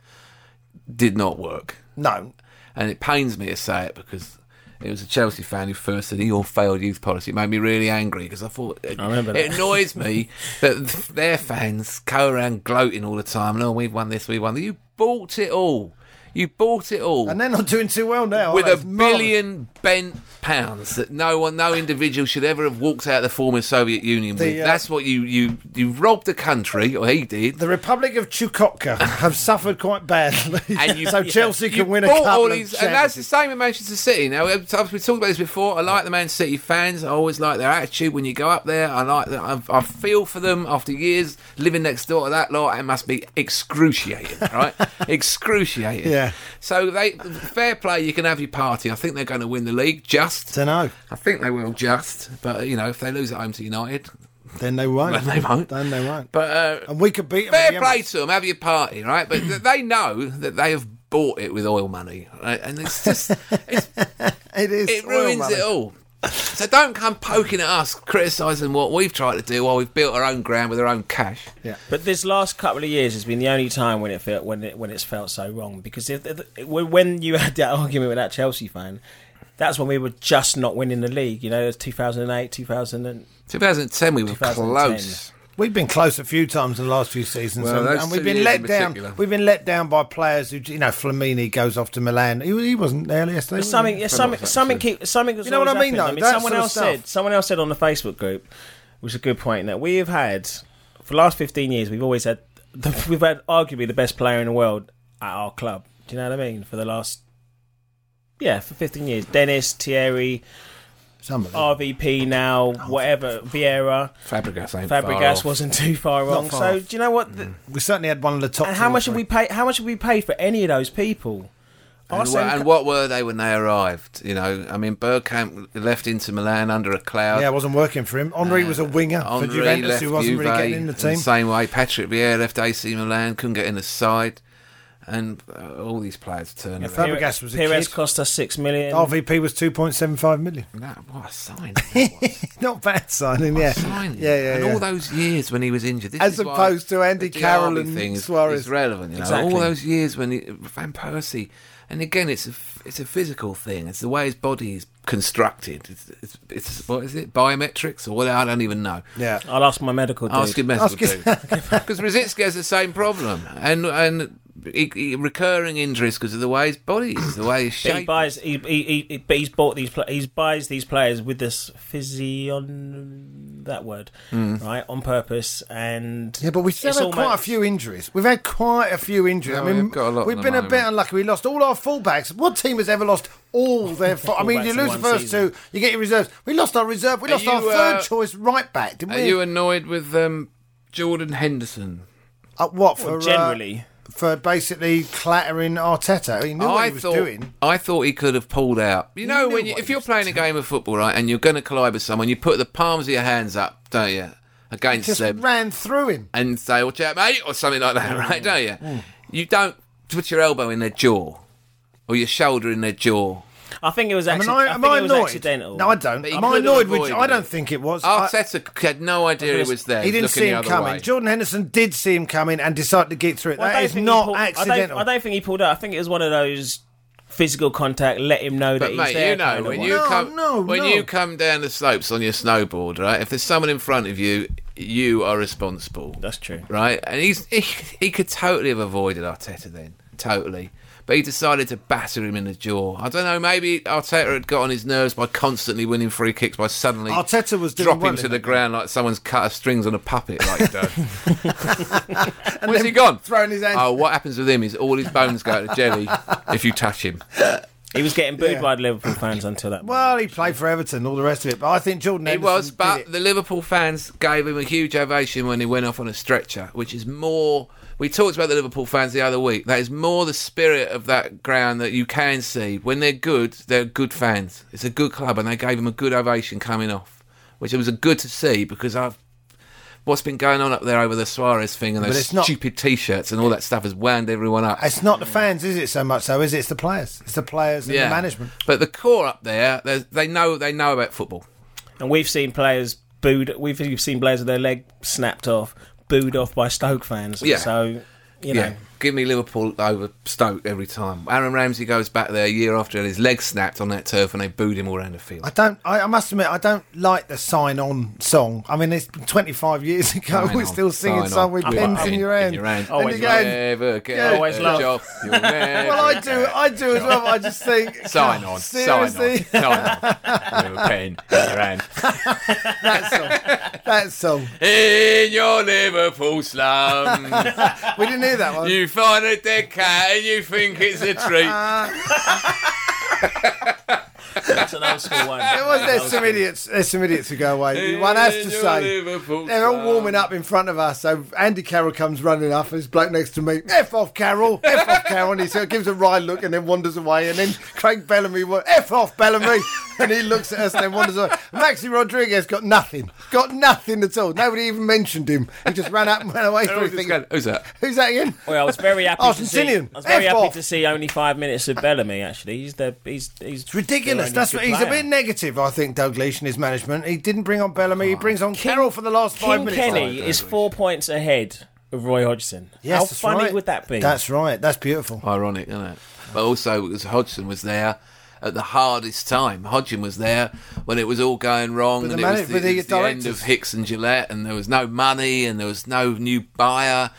Speaker 2: did not work.
Speaker 3: No,
Speaker 2: and it pains me to say it because it was a Chelsea fan who first said your failed youth policy. It made me really angry because I thought it,
Speaker 4: I remember
Speaker 2: it
Speaker 4: that.
Speaker 2: annoys me that their fans go around gloating all the time. and, Oh, we've won this, we've won that. You bought it all. You bought it all
Speaker 3: and they're not doing too well now.
Speaker 2: with
Speaker 3: are
Speaker 2: a
Speaker 3: they? It's marvellous.
Speaker 2: billion bent pounds that no one, no individual should ever have walked out of the former Soviet Union with.
Speaker 3: uh,
Speaker 2: That's what you you you robbed the country, or he did.
Speaker 3: The Republic of Chukotka have suffered quite badly,
Speaker 2: And you-
Speaker 3: so Chelsea
Speaker 2: You
Speaker 3: can win a
Speaker 2: bought
Speaker 3: couple
Speaker 2: all
Speaker 3: of
Speaker 2: these- and that's the
Speaker 3: champions.
Speaker 2: same with Manchester City. Now we've talked about this before. I like the Man City fans. I always like their attitude when you go up there. I like that. I, I feel for them after years living next door to that lot. It must be excruciating, right? excruciating.
Speaker 3: Yeah.
Speaker 2: So they fair play. You can have your party. I think they're going to win the league. Just.
Speaker 3: Dunno.
Speaker 2: I think they will just. But you know, if they lose at home to United,
Speaker 3: Then they won't.
Speaker 2: they won't.
Speaker 3: Then they won't.
Speaker 2: But. Uh,
Speaker 3: and we could beat them.
Speaker 2: Fair
Speaker 3: again.
Speaker 2: play to them, have your party, right? But th- they know that they have bought it with oil money, right? And it's just, it's,
Speaker 3: It is.
Speaker 2: it
Speaker 3: oil
Speaker 2: ruins
Speaker 3: money.
Speaker 2: it all. So don't come poking at us, criticising what we've tried to do while we've built our own ground with our own cash.
Speaker 4: But this last couple of years has been the only time when it felt when it when it's felt so wrong because if, if- when you had that argument with that Chelsea fan, that's when we were just not winning the league. You know, it was 2008, 2000. And,
Speaker 2: 2010, we were
Speaker 4: 2010.
Speaker 2: close.
Speaker 3: We've been close a few times in the last few seasons,
Speaker 2: Well,
Speaker 3: and,
Speaker 2: those
Speaker 3: and
Speaker 2: two
Speaker 3: we've been
Speaker 2: years
Speaker 3: let
Speaker 2: in
Speaker 3: down.
Speaker 2: particular.
Speaker 3: We've been let down by players who, you know, Flamini goes off to Milan. He, he wasn't there yesterday.
Speaker 4: but
Speaker 3: was
Speaker 4: something,
Speaker 3: he?
Speaker 4: yeah, something, something, keep, something. was
Speaker 3: You know what
Speaker 4: always
Speaker 3: I mean,
Speaker 4: happening.
Speaker 3: though? That
Speaker 4: someone
Speaker 3: sort of
Speaker 4: else
Speaker 3: stuff.
Speaker 4: said. Someone else said on the Facebook group, which is a good point. That we've had for the last fifteen years, we've always had the, we've had arguably the best player in the world at our club. Do you know what I mean? For the last yeah, for fifteen years, Dennis Thierry.
Speaker 3: It's unbelievable.
Speaker 4: Oh. RVP now,
Speaker 3: Oh,
Speaker 4: whatever, Vieira,
Speaker 2: Fabregas ain't
Speaker 4: Fabregas
Speaker 2: far off.
Speaker 4: wasn't too far wrong.
Speaker 3: far
Speaker 4: so
Speaker 3: off. Mm.
Speaker 4: do you know what? The,
Speaker 3: we certainly had one of the top.
Speaker 4: and how
Speaker 3: two,
Speaker 4: much
Speaker 3: so-
Speaker 4: have we paid? How much have we paid for any of those people?
Speaker 2: And, wha-
Speaker 4: Arsene
Speaker 2: and what were they when they arrived? You know, I mean, Bergkamp left into Milan under a cloud.
Speaker 3: Yeah, it wasn't working for him. Henri was a winger for
Speaker 2: Henry
Speaker 3: Juventus,
Speaker 2: left
Speaker 3: who wasn't really
Speaker 2: Juve
Speaker 3: getting in the team.
Speaker 2: same way, Patrick Vieira left AC Milan, couldn't get in the side, and uh, all these players turned.
Speaker 3: Yeah,
Speaker 2: around.
Speaker 4: Pire-
Speaker 3: Fabregas was a
Speaker 4: Pires
Speaker 3: kid.
Speaker 4: cost us six million.
Speaker 3: RVP was two point seven five million.
Speaker 2: That- what a sign! that was.
Speaker 3: Not bad signing,
Speaker 2: What a
Speaker 3: yeah.
Speaker 2: Oh, sign.
Speaker 3: yeah, yeah,
Speaker 2: And
Speaker 3: yeah.
Speaker 2: all those years when he was injured, this
Speaker 3: As
Speaker 2: is why
Speaker 3: opposed to Andy
Speaker 2: the Diaby
Speaker 3: Carroll and
Speaker 2: thing is-
Speaker 3: Suarez.
Speaker 2: is relevant. You know,
Speaker 4: Exactly.
Speaker 2: all those years when he, Van Persie, and again, it's a f- it's a physical thing. It's the way his body is constructed. It's, it's, it's what is it? Biometrics or what? I don't even know.
Speaker 3: yeah.
Speaker 4: I'll ask my medical dude.
Speaker 2: Ask him
Speaker 3: Ask
Speaker 2: medical
Speaker 3: his-
Speaker 2: because Rosicki has the same problem, and and he, he- recurring injuries because of the way his body is, the way he's
Speaker 4: But he
Speaker 2: shaped.
Speaker 4: buys. He, he, he, he- but he's bought these. Pla- he buys these players with this physion. That word, right, on purpose, and
Speaker 3: Hmm. Yeah, but we've still
Speaker 4: it's
Speaker 3: had
Speaker 4: almost-
Speaker 3: quite a few injuries. We've had quite a few injuries.
Speaker 2: Yeah,
Speaker 3: I mean,
Speaker 2: we've got a lot at
Speaker 3: we've
Speaker 2: the
Speaker 3: been a bit
Speaker 2: moment.
Speaker 3: unlucky. We lost all our fullbacks. What team has ever lost all their? Full- I mean,
Speaker 4: Fullbacks
Speaker 3: you
Speaker 4: in
Speaker 3: lose the
Speaker 4: one
Speaker 3: first
Speaker 4: season.
Speaker 3: two, you get your reserves. We lost our reserve. We
Speaker 2: Are
Speaker 3: lost our
Speaker 2: you,
Speaker 3: third
Speaker 2: uh,
Speaker 3: choice right back, didn't
Speaker 2: Are
Speaker 3: we?
Speaker 2: you annoyed with um, Jordan Henderson?
Speaker 3: Uh, what for?
Speaker 4: Well,
Speaker 3: uh,
Speaker 4: generally,
Speaker 3: for basically clattering Arteta. He knew what he was
Speaker 2: thought,
Speaker 3: doing.
Speaker 2: I thought he could have pulled out. You know,
Speaker 3: knew
Speaker 2: when you,
Speaker 3: what
Speaker 2: if
Speaker 3: he
Speaker 2: you're
Speaker 3: was
Speaker 2: playing a game of football, right, and you're going to collide with someone, you put the palms of your hands up, don't you, against
Speaker 3: Just
Speaker 2: them,
Speaker 3: ran through him.
Speaker 2: and say, "Watch out, mate," or something like that,
Speaker 3: Mm,
Speaker 2: right? Don't you? You don't put your elbow in their jaw or your shoulder in their jaw.
Speaker 4: I think it was.
Speaker 3: I mean,
Speaker 4: Accident-
Speaker 3: I,
Speaker 4: I,
Speaker 3: am
Speaker 4: think
Speaker 3: I
Speaker 4: it was
Speaker 3: annoyed?
Speaker 4: accidental.
Speaker 3: No, I don't.
Speaker 2: But he
Speaker 3: Am I
Speaker 2: could have
Speaker 3: annoyed? Which I
Speaker 2: avoided
Speaker 3: don't
Speaker 2: it.
Speaker 3: think it was. I-
Speaker 2: Arteta had no idea he was there.
Speaker 3: He didn't
Speaker 2: He's
Speaker 3: see
Speaker 2: looking
Speaker 3: him
Speaker 2: the other
Speaker 3: coming.
Speaker 2: way.
Speaker 3: Jordan Henderson did see him coming and decided to get through it.
Speaker 4: Well, I
Speaker 3: that
Speaker 4: don't
Speaker 3: is
Speaker 4: think he
Speaker 3: not
Speaker 4: pulled- I don't-
Speaker 3: accidental.
Speaker 4: I don't, think he pulled out. I think it was one of those physical contact. Let him know that
Speaker 2: But
Speaker 4: he's
Speaker 2: mate,
Speaker 4: there.
Speaker 2: you know
Speaker 4: kind of
Speaker 2: when
Speaker 4: one.
Speaker 2: you
Speaker 3: No,
Speaker 2: come
Speaker 3: no,
Speaker 2: when
Speaker 3: no.
Speaker 2: you come down the slopes on your snowboard, right? If there's someone in front of you, you are responsible.
Speaker 4: That's true.
Speaker 2: right? And he's he, he could totally have avoided Arteta then, totally. But he decided to batter him in the jaw. I don't know. Maybe Arteta had got on his nerves by constantly winning free kicks by suddenly
Speaker 3: Arteta was doing
Speaker 2: dropping
Speaker 3: well in
Speaker 2: to the
Speaker 3: that
Speaker 2: ground like someone's cut a strings on a puppet, like he does. Where's he gone?
Speaker 3: throwing his hand-
Speaker 2: Oh, what happens with him is all his bones go to jelly if you touch him.
Speaker 4: He was getting booed by the Liverpool fans until that.
Speaker 3: Well, he played for Everton, all the rest of it. But I think Jordan
Speaker 2: He
Speaker 3: Henderson
Speaker 2: was,
Speaker 3: did
Speaker 2: but
Speaker 3: it.
Speaker 2: the Liverpool fans gave him a huge ovation when he went off on a stretcher, which is more. We talked about the Liverpool fans the other week. That is more the spirit of that ground that you can see. When they're good, they're good fans. It's a good club, and they gave him a good ovation coming off, which it was good to see because I've. What's been going on up there over the Suarez thing and
Speaker 3: But
Speaker 2: those
Speaker 3: it's not-
Speaker 2: stupid T-shirts and all that stuff has wound everyone up.
Speaker 3: It's not the fans, is it? So much so is it? It's the players. It's the players and the management.
Speaker 2: But the core up there, they- they know they know about football.
Speaker 4: And we've seen players booed. We've we've seen players with their leg snapped off, booed off by Stoke fans.
Speaker 2: Yeah.
Speaker 4: So you know,
Speaker 2: Yeah, give me Liverpool over Stoke every time. Aaron Ramsey goes back there a year after and his leg snapped on that turf and they booed him all around the field.
Speaker 3: I don't. I, I must admit, I don't like the sign on song. I mean, it's been 25 years ago.
Speaker 2: Sign
Speaker 3: we're
Speaker 2: on,
Speaker 3: still singing
Speaker 2: sign
Speaker 3: song
Speaker 2: on.
Speaker 3: with
Speaker 2: Put
Speaker 3: pins
Speaker 2: it
Speaker 3: in your hand.
Speaker 4: Always
Speaker 3: and
Speaker 4: love.
Speaker 3: again,
Speaker 2: Never get
Speaker 3: yeah.
Speaker 4: Always
Speaker 2: a
Speaker 4: love.
Speaker 2: job. You'll never
Speaker 3: well, I do.
Speaker 2: get
Speaker 3: I do as well. but I just think
Speaker 2: Sign on,
Speaker 3: Seriously,
Speaker 2: sign on, sign on. With a pen in your hand.
Speaker 3: that song. That song.
Speaker 2: In your Liverpool slum,
Speaker 3: We didn't hear that one.
Speaker 2: you find a dead cat and you think it's a treat.
Speaker 4: that's an old school one.
Speaker 3: There was there's some idiots. There's some idiots who go away. One has to
Speaker 2: In your
Speaker 3: say.
Speaker 2: Liverpool
Speaker 3: They're all
Speaker 2: slum.
Speaker 3: warming up in front of us. So Andy Carroll comes running up, and this bloke next to me, F off Carroll, F off Carroll. And he sort of gives a wry look and then wanders away. And then Craig Bellamy, wa- F off Bellamy. And he looks at us and then wanders away. Maxi Rodriguez got nothing. Got nothing at all. Nobody even mentioned him. He just ran up and ran away.
Speaker 2: They're all
Speaker 3: From
Speaker 2: just
Speaker 3: thinking,
Speaker 2: going, Who's that?
Speaker 3: Who's that again?
Speaker 4: Well, I was very happy. to see, I
Speaker 3: Argentinian.
Speaker 4: was very
Speaker 3: F
Speaker 4: happy
Speaker 3: off.
Speaker 4: to see only five minutes of Bellamy. Actually, he's the he's he's
Speaker 3: It's ridiculous. That's what, he's a bit negative, I think, Doug Leash and his management. He didn't bring on Bellamy. He brings on Carroll for the last five
Speaker 4: Oh, King
Speaker 3: minutes.
Speaker 4: Kenny is four points ahead of Roy Hodgson.
Speaker 3: Yes,
Speaker 4: How
Speaker 3: that's
Speaker 4: funny
Speaker 3: right.
Speaker 4: would that be?
Speaker 3: That's right. That's beautiful.
Speaker 2: ironic, isn't it? But also because Hodgson was there at the hardest time. Hodgson was there when it was all going wrong,
Speaker 3: the
Speaker 2: and
Speaker 3: manag-
Speaker 2: it was, the,
Speaker 3: but the
Speaker 2: it was the end
Speaker 3: directors-
Speaker 2: of Hicks and Gillette, and there was no money, and there was no new buyer.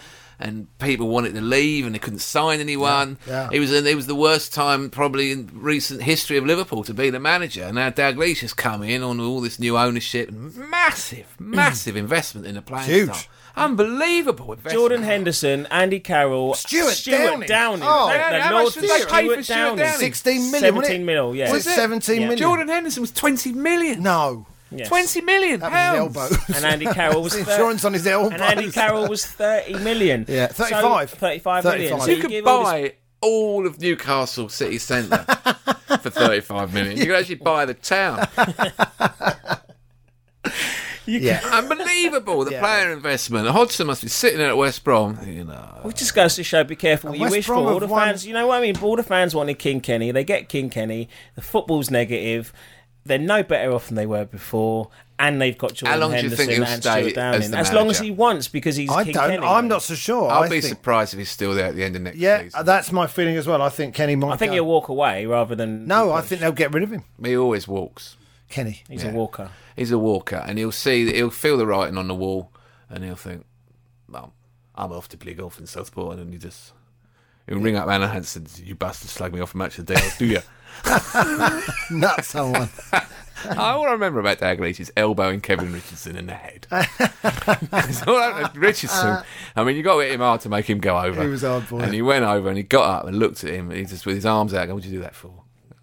Speaker 2: And people wanted to leave, and they couldn't sign anyone.
Speaker 3: Yeah, yeah.
Speaker 2: It was it was the worst time probably in recent history of Liverpool to be the manager. And now Dalglish has come in on all this new ownership, and massive, massive investment in the playing
Speaker 3: Huge.
Speaker 2: style. Unbelievable investment.
Speaker 4: Jordan Henderson, Andy Carroll,
Speaker 3: Stuart Downing.
Speaker 4: Downing.
Speaker 3: Oh.
Speaker 4: Thank
Speaker 3: Yeah,
Speaker 4: the
Speaker 2: how
Speaker 4: Lord,
Speaker 2: much did they pay for
Speaker 4: Stuart
Speaker 2: Stuart
Speaker 4: Downing.
Speaker 2: Downing?
Speaker 3: 16 million, wasn't it?
Speaker 4: 17 mil, yeah.
Speaker 3: Was it 17
Speaker 4: Yeah.
Speaker 3: million?
Speaker 2: Jordan Henderson was 20 million.
Speaker 3: No.
Speaker 4: Yes.
Speaker 2: 20 million
Speaker 3: That
Speaker 2: pounds.
Speaker 3: was his elbow.
Speaker 4: And Andy Carroll was
Speaker 3: That's
Speaker 4: thir-
Speaker 3: insurance on his elbow.
Speaker 4: And Andy Carroll was 30 million.
Speaker 3: Yeah,
Speaker 4: So,
Speaker 3: 35.
Speaker 4: 35 million.
Speaker 3: 35.
Speaker 4: So
Speaker 2: You
Speaker 4: you
Speaker 2: could
Speaker 4: give all this-
Speaker 2: buy all of Newcastle City Centre for 35 million. You could actually buy the town.
Speaker 3: Yeah.
Speaker 2: Unbelievable, the player investment. Hodgson must be sitting there at West Brom. You know,
Speaker 4: Which just goes to show, be careful what
Speaker 3: And
Speaker 4: you
Speaker 3: West
Speaker 4: wish
Speaker 3: Brom
Speaker 4: for. All
Speaker 3: have
Speaker 4: the
Speaker 3: won-
Speaker 4: fans, you know what I mean? All the fans wanted King Kenny. They get King Kenny. The football's negative. They're no better off than they were before. And they've got Jordan
Speaker 2: How long do you
Speaker 4: Henderson
Speaker 2: think he'll
Speaker 4: and
Speaker 2: stay
Speaker 4: Stuart Downing.
Speaker 2: as
Speaker 4: As,
Speaker 2: the
Speaker 4: long as
Speaker 2: manager?
Speaker 4: he wants, because he's
Speaker 3: I
Speaker 4: King
Speaker 3: don't.
Speaker 4: Kenny.
Speaker 3: I'm not so sure.
Speaker 2: I'll
Speaker 3: I
Speaker 2: be
Speaker 3: think-
Speaker 2: surprised if he's still there at the end of next
Speaker 3: Yeah,
Speaker 2: season.
Speaker 3: that's my feeling as well. I think Kenny might.
Speaker 4: I think
Speaker 3: go.
Speaker 4: he'll walk away rather than.
Speaker 3: No, I think they'll get rid of him.
Speaker 2: He always walks.
Speaker 3: Kenny.
Speaker 4: He's a walker.
Speaker 2: He's a walker, and he'll see, he'll feel the writing on the wall, and he'll think, "Well, I'm off to play golf in Southport," and he just he'll ring up Anna Hansen, "You bastard, slag me off a match of the day, do you?"
Speaker 3: Nut someone.
Speaker 2: All I remember about Dalglish is elbowing Kevin Richardson in the head. It's all right, Richardson, I mean, you got to hit him hard to make him go over.
Speaker 3: He was a hard boy.
Speaker 2: And he went over and he got up and looked at him. And he just with his arms out. Going, what would you do that for?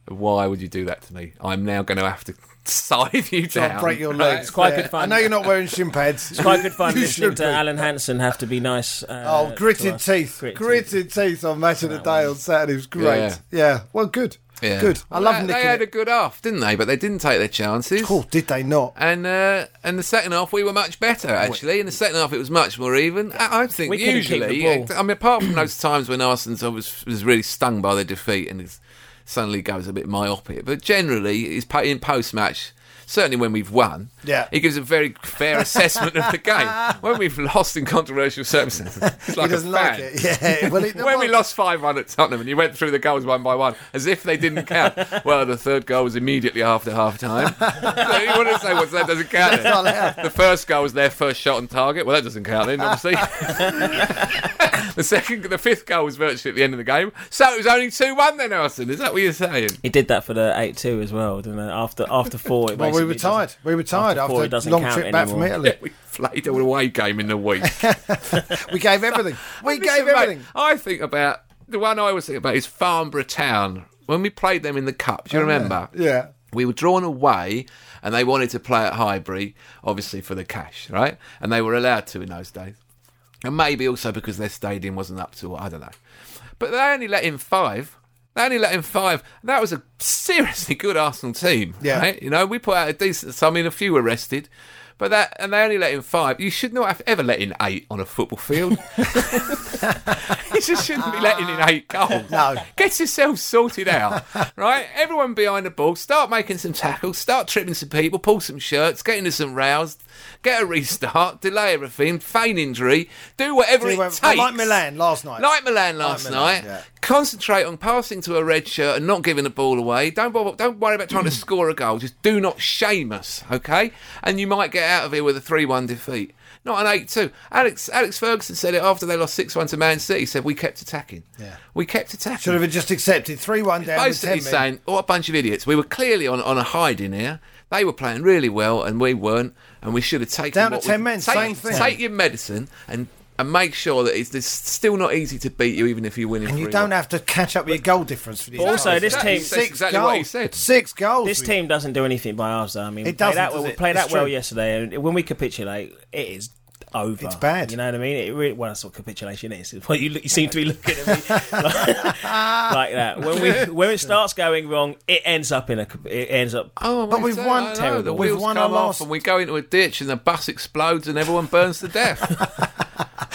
Speaker 2: Why would you do that to me? I'm now going to have to scythe you down.
Speaker 3: I'll break your legs.
Speaker 4: It's quite
Speaker 3: Yeah.
Speaker 4: good fun.
Speaker 3: I know you're not wearing shin pads.
Speaker 4: It's quite good fun
Speaker 3: You
Speaker 4: listening
Speaker 3: should
Speaker 4: to
Speaker 3: be.
Speaker 4: Alan Hansen have to be nice. Uh,
Speaker 3: Oh,
Speaker 4: to
Speaker 3: gritted
Speaker 4: us.
Speaker 3: teeth. Gritted, teeth on Match of the Day on Saturday was great.
Speaker 2: Yeah.
Speaker 3: Yeah. Well, good.
Speaker 2: Yeah.
Speaker 3: Good. I love
Speaker 2: They,
Speaker 3: Nicky.
Speaker 2: they had a good half, didn't they? But they didn't take their chances.
Speaker 3: Cool. Did they not?
Speaker 2: And uh, and the second half we were much better actually. In the second half it was much more even. I, I think
Speaker 4: We couldn't keep
Speaker 2: usually.
Speaker 4: the ball.
Speaker 2: I mean, apart from those times when Arsenal was was really stung by their defeat and is, suddenly goes a bit myopic, but generally he's pa- in post match. Certainly, when we've won,
Speaker 3: Yeah.
Speaker 2: he gives a very fair assessment of the game. When we've lost in controversial circumstances, it's like
Speaker 3: he doesn't
Speaker 2: a
Speaker 3: like
Speaker 2: fan.
Speaker 3: it. Yeah. Well, it,
Speaker 2: When we lost 5 1 at Tottenham and you went through the goals one by one as if they didn't count. well, the third goal was immediately after half time. so you want to say, well, that doesn't count. then. The first goal was their first shot on target. Well, that doesn't count then, obviously. the second, the fifth goal was virtually at the end of the game. So it was only 2 1 then, Alison. Is that what you're saying?
Speaker 4: He did that for the eight two as well, didn't he? After after four, it
Speaker 3: Well, we
Speaker 4: basically
Speaker 3: were tired.
Speaker 4: doesn't-
Speaker 3: We were tired
Speaker 4: four,
Speaker 3: after,
Speaker 4: it doesn't
Speaker 3: a long
Speaker 4: count
Speaker 3: trip back from
Speaker 4: anymore.
Speaker 3: Italy.
Speaker 2: We played an away game in the week.
Speaker 3: We gave everything. We
Speaker 2: Listen,
Speaker 3: gave
Speaker 2: mate,
Speaker 3: everything.
Speaker 2: I think about the one I always think about is Farnborough Town. When we played them in the Cup, do you remember?
Speaker 3: Oh, Yeah.
Speaker 2: we were drawn away and they wanted to play at Highbury, obviously for the cash, right? And they were allowed to in those days. And maybe also because their stadium wasn't up to it, I don't know. But they only let in five. They only let in five. That was a seriously good Arsenal team.
Speaker 3: Yeah.
Speaker 2: right? You know, we put out a decent sum, I mean, a few were arrested. But that, and they only let in five. You should not have ever let in eight on a football field. you just shouldn't be letting in eight goals.
Speaker 3: No.
Speaker 2: Get yourself sorted out, right? Everyone behind the ball, start making some tackles, start tripping some people, pull some shirts, get into some rows, get a restart, delay everything, feign injury, do whatever it
Speaker 3: Well,
Speaker 2: takes.
Speaker 3: Like Milan last night.
Speaker 2: Like Milan last
Speaker 3: Like Milan,
Speaker 2: night.
Speaker 3: yeah.
Speaker 2: Concentrate on passing to a red shirt and not giving the ball away. Don't bother, don't worry about trying
Speaker 3: Hmm.
Speaker 2: to score a goal. Just do not shame us, okay? And you might get out of here with a three-one defeat, not an eight-two. Alex Alex Ferguson said it after they lost six-one to Man City. He said we kept attacking. Yeah, we kept attacking.
Speaker 3: Should have just accepted 3 1 down with 10
Speaker 2: Basically
Speaker 3: men.
Speaker 2: saying, what a bunch of idiots. We were clearly on, on a hide in here. They were playing really well, and we weren't. And we should have taken
Speaker 3: Down to
Speaker 2: what
Speaker 3: 10
Speaker 2: we-
Speaker 3: men,
Speaker 2: Take,
Speaker 3: same thing.
Speaker 2: Take your medicine and and make sure that it's, it's still not easy to beat you, even if you win.
Speaker 3: And you don't have to catch up with your goal difference for the
Speaker 4: But also,
Speaker 3: entire
Speaker 4: this
Speaker 3: season.
Speaker 4: team- That's
Speaker 3: six
Speaker 2: Oh, exactly
Speaker 3: goals.
Speaker 2: what he said.
Speaker 3: Six goals.
Speaker 4: This
Speaker 3: we-
Speaker 4: team doesn't do anything by halves. though. I mean,
Speaker 3: It
Speaker 4: we play
Speaker 3: doesn't,
Speaker 4: that well.
Speaker 3: does
Speaker 4: We
Speaker 3: it?
Speaker 4: played
Speaker 3: It's
Speaker 4: that well
Speaker 3: true.
Speaker 4: yesterday, and when we capitulate, it is over.
Speaker 3: It's bad.
Speaker 4: You know what I mean? It really, well, that's what capitulation is. It's what you, look- you seem to be looking at me like, like that. When we when it starts going wrong, it ends up in a. cap- It ends up.
Speaker 2: Oh,
Speaker 3: But
Speaker 2: mate,
Speaker 3: we've
Speaker 2: I
Speaker 3: won-
Speaker 2: know, The
Speaker 3: Terrible. We've
Speaker 2: wheels
Speaker 3: won
Speaker 2: come
Speaker 3: our
Speaker 2: off
Speaker 3: last-
Speaker 2: and we go into a ditch, and the bus explodes, and everyone burns to death.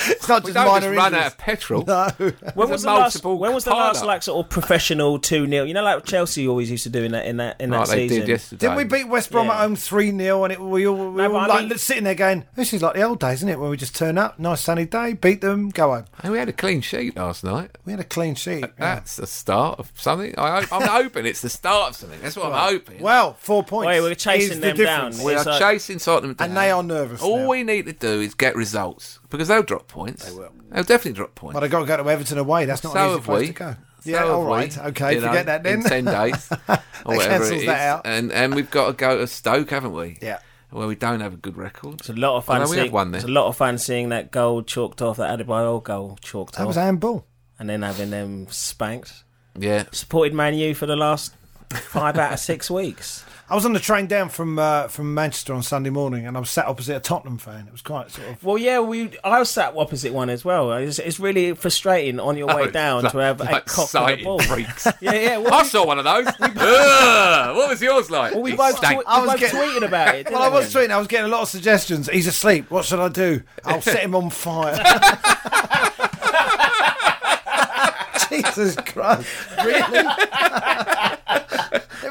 Speaker 3: It's not
Speaker 2: we
Speaker 3: just
Speaker 2: don't
Speaker 3: minor
Speaker 2: just run
Speaker 3: injuries.
Speaker 2: out of petrol.
Speaker 4: When
Speaker 2: There's
Speaker 4: was
Speaker 2: a
Speaker 4: the last?
Speaker 2: multiple
Speaker 4: When was the last
Speaker 2: pile-up.
Speaker 4: like sort of professional two 0 You know, like Chelsea always used to do in that in that in
Speaker 2: Like
Speaker 4: that
Speaker 2: Oh, they
Speaker 4: season.
Speaker 2: did yesterday.
Speaker 3: Didn't we beat West Brom
Speaker 4: Yeah.
Speaker 3: at home 3 0 and it, we all, we
Speaker 4: No,
Speaker 3: all
Speaker 4: but I
Speaker 3: like,
Speaker 4: mean-
Speaker 3: sitting there going, this is like the old days, isn't it? When we just turn up, nice sunny day, beat them, go home.
Speaker 2: And we had a clean sheet last night.
Speaker 3: We had a clean sheet. yeah.
Speaker 2: That's the start of something. I, hope- I'm hoping it's the start of something. That's what I'm hoping.
Speaker 3: Well, four points.
Speaker 4: Wait, we're chasing
Speaker 3: is the
Speaker 4: them
Speaker 3: difference.
Speaker 4: down.
Speaker 2: We
Speaker 4: It's
Speaker 2: are
Speaker 4: like-
Speaker 2: chasing Tottenham down.
Speaker 3: And they are nervous
Speaker 2: All
Speaker 3: now.
Speaker 2: we need to do is get results because they'll drop points. They will. They'll definitely drop points.
Speaker 3: But they've got to go to Everton away. That's not
Speaker 2: so
Speaker 3: an easy
Speaker 2: have
Speaker 3: place
Speaker 2: we.
Speaker 3: to go.
Speaker 2: So
Speaker 3: yeah,
Speaker 2: have
Speaker 3: all
Speaker 2: we,
Speaker 3: right. Okay,
Speaker 2: you know,
Speaker 3: forget that then.
Speaker 2: In ten days, or whatever it
Speaker 3: cancels
Speaker 2: is,
Speaker 3: that out.
Speaker 2: and and we've got to go to Stoke, haven't we?
Speaker 3: Yeah.
Speaker 2: Well, we don't have a good record.
Speaker 4: It's a lot of fun.
Speaker 2: Oh, no, we
Speaker 4: seeing,
Speaker 2: had one then.
Speaker 4: It's a lot of fun seeing that goal chalked off, that Adebayo goal chalked
Speaker 3: That
Speaker 4: off,
Speaker 3: was handball.
Speaker 4: and then having them spanked.
Speaker 2: Yeah.
Speaker 4: Supported Man U for the last five out of six weeks.
Speaker 3: I was on the train down from uh, from Manchester on Sunday morning, and I was sat opposite a Tottenham fan. It was quite sort of.
Speaker 4: Well, yeah, we I was sat opposite one as well. It's, it's really frustrating on your way
Speaker 2: Oh, it's
Speaker 4: down
Speaker 2: like-
Speaker 4: to have
Speaker 2: like
Speaker 4: a cock on the
Speaker 2: sighted
Speaker 4: ball.
Speaker 2: freaks.
Speaker 4: Yeah, yeah. Well,
Speaker 2: I
Speaker 4: we-
Speaker 2: saw one of those. Ugh, what was yours like?
Speaker 4: well, we
Speaker 2: It
Speaker 4: both, twe-
Speaker 2: stank.
Speaker 4: we
Speaker 3: I was
Speaker 4: both
Speaker 3: getting-
Speaker 4: tweeted about it.
Speaker 3: Well, I
Speaker 4: didn't
Speaker 3: was
Speaker 4: we?
Speaker 3: tweeting. I was getting a lot of suggestions. He's asleep. What should I do? I'll set him on fire. Jesus Christ! Really? That'd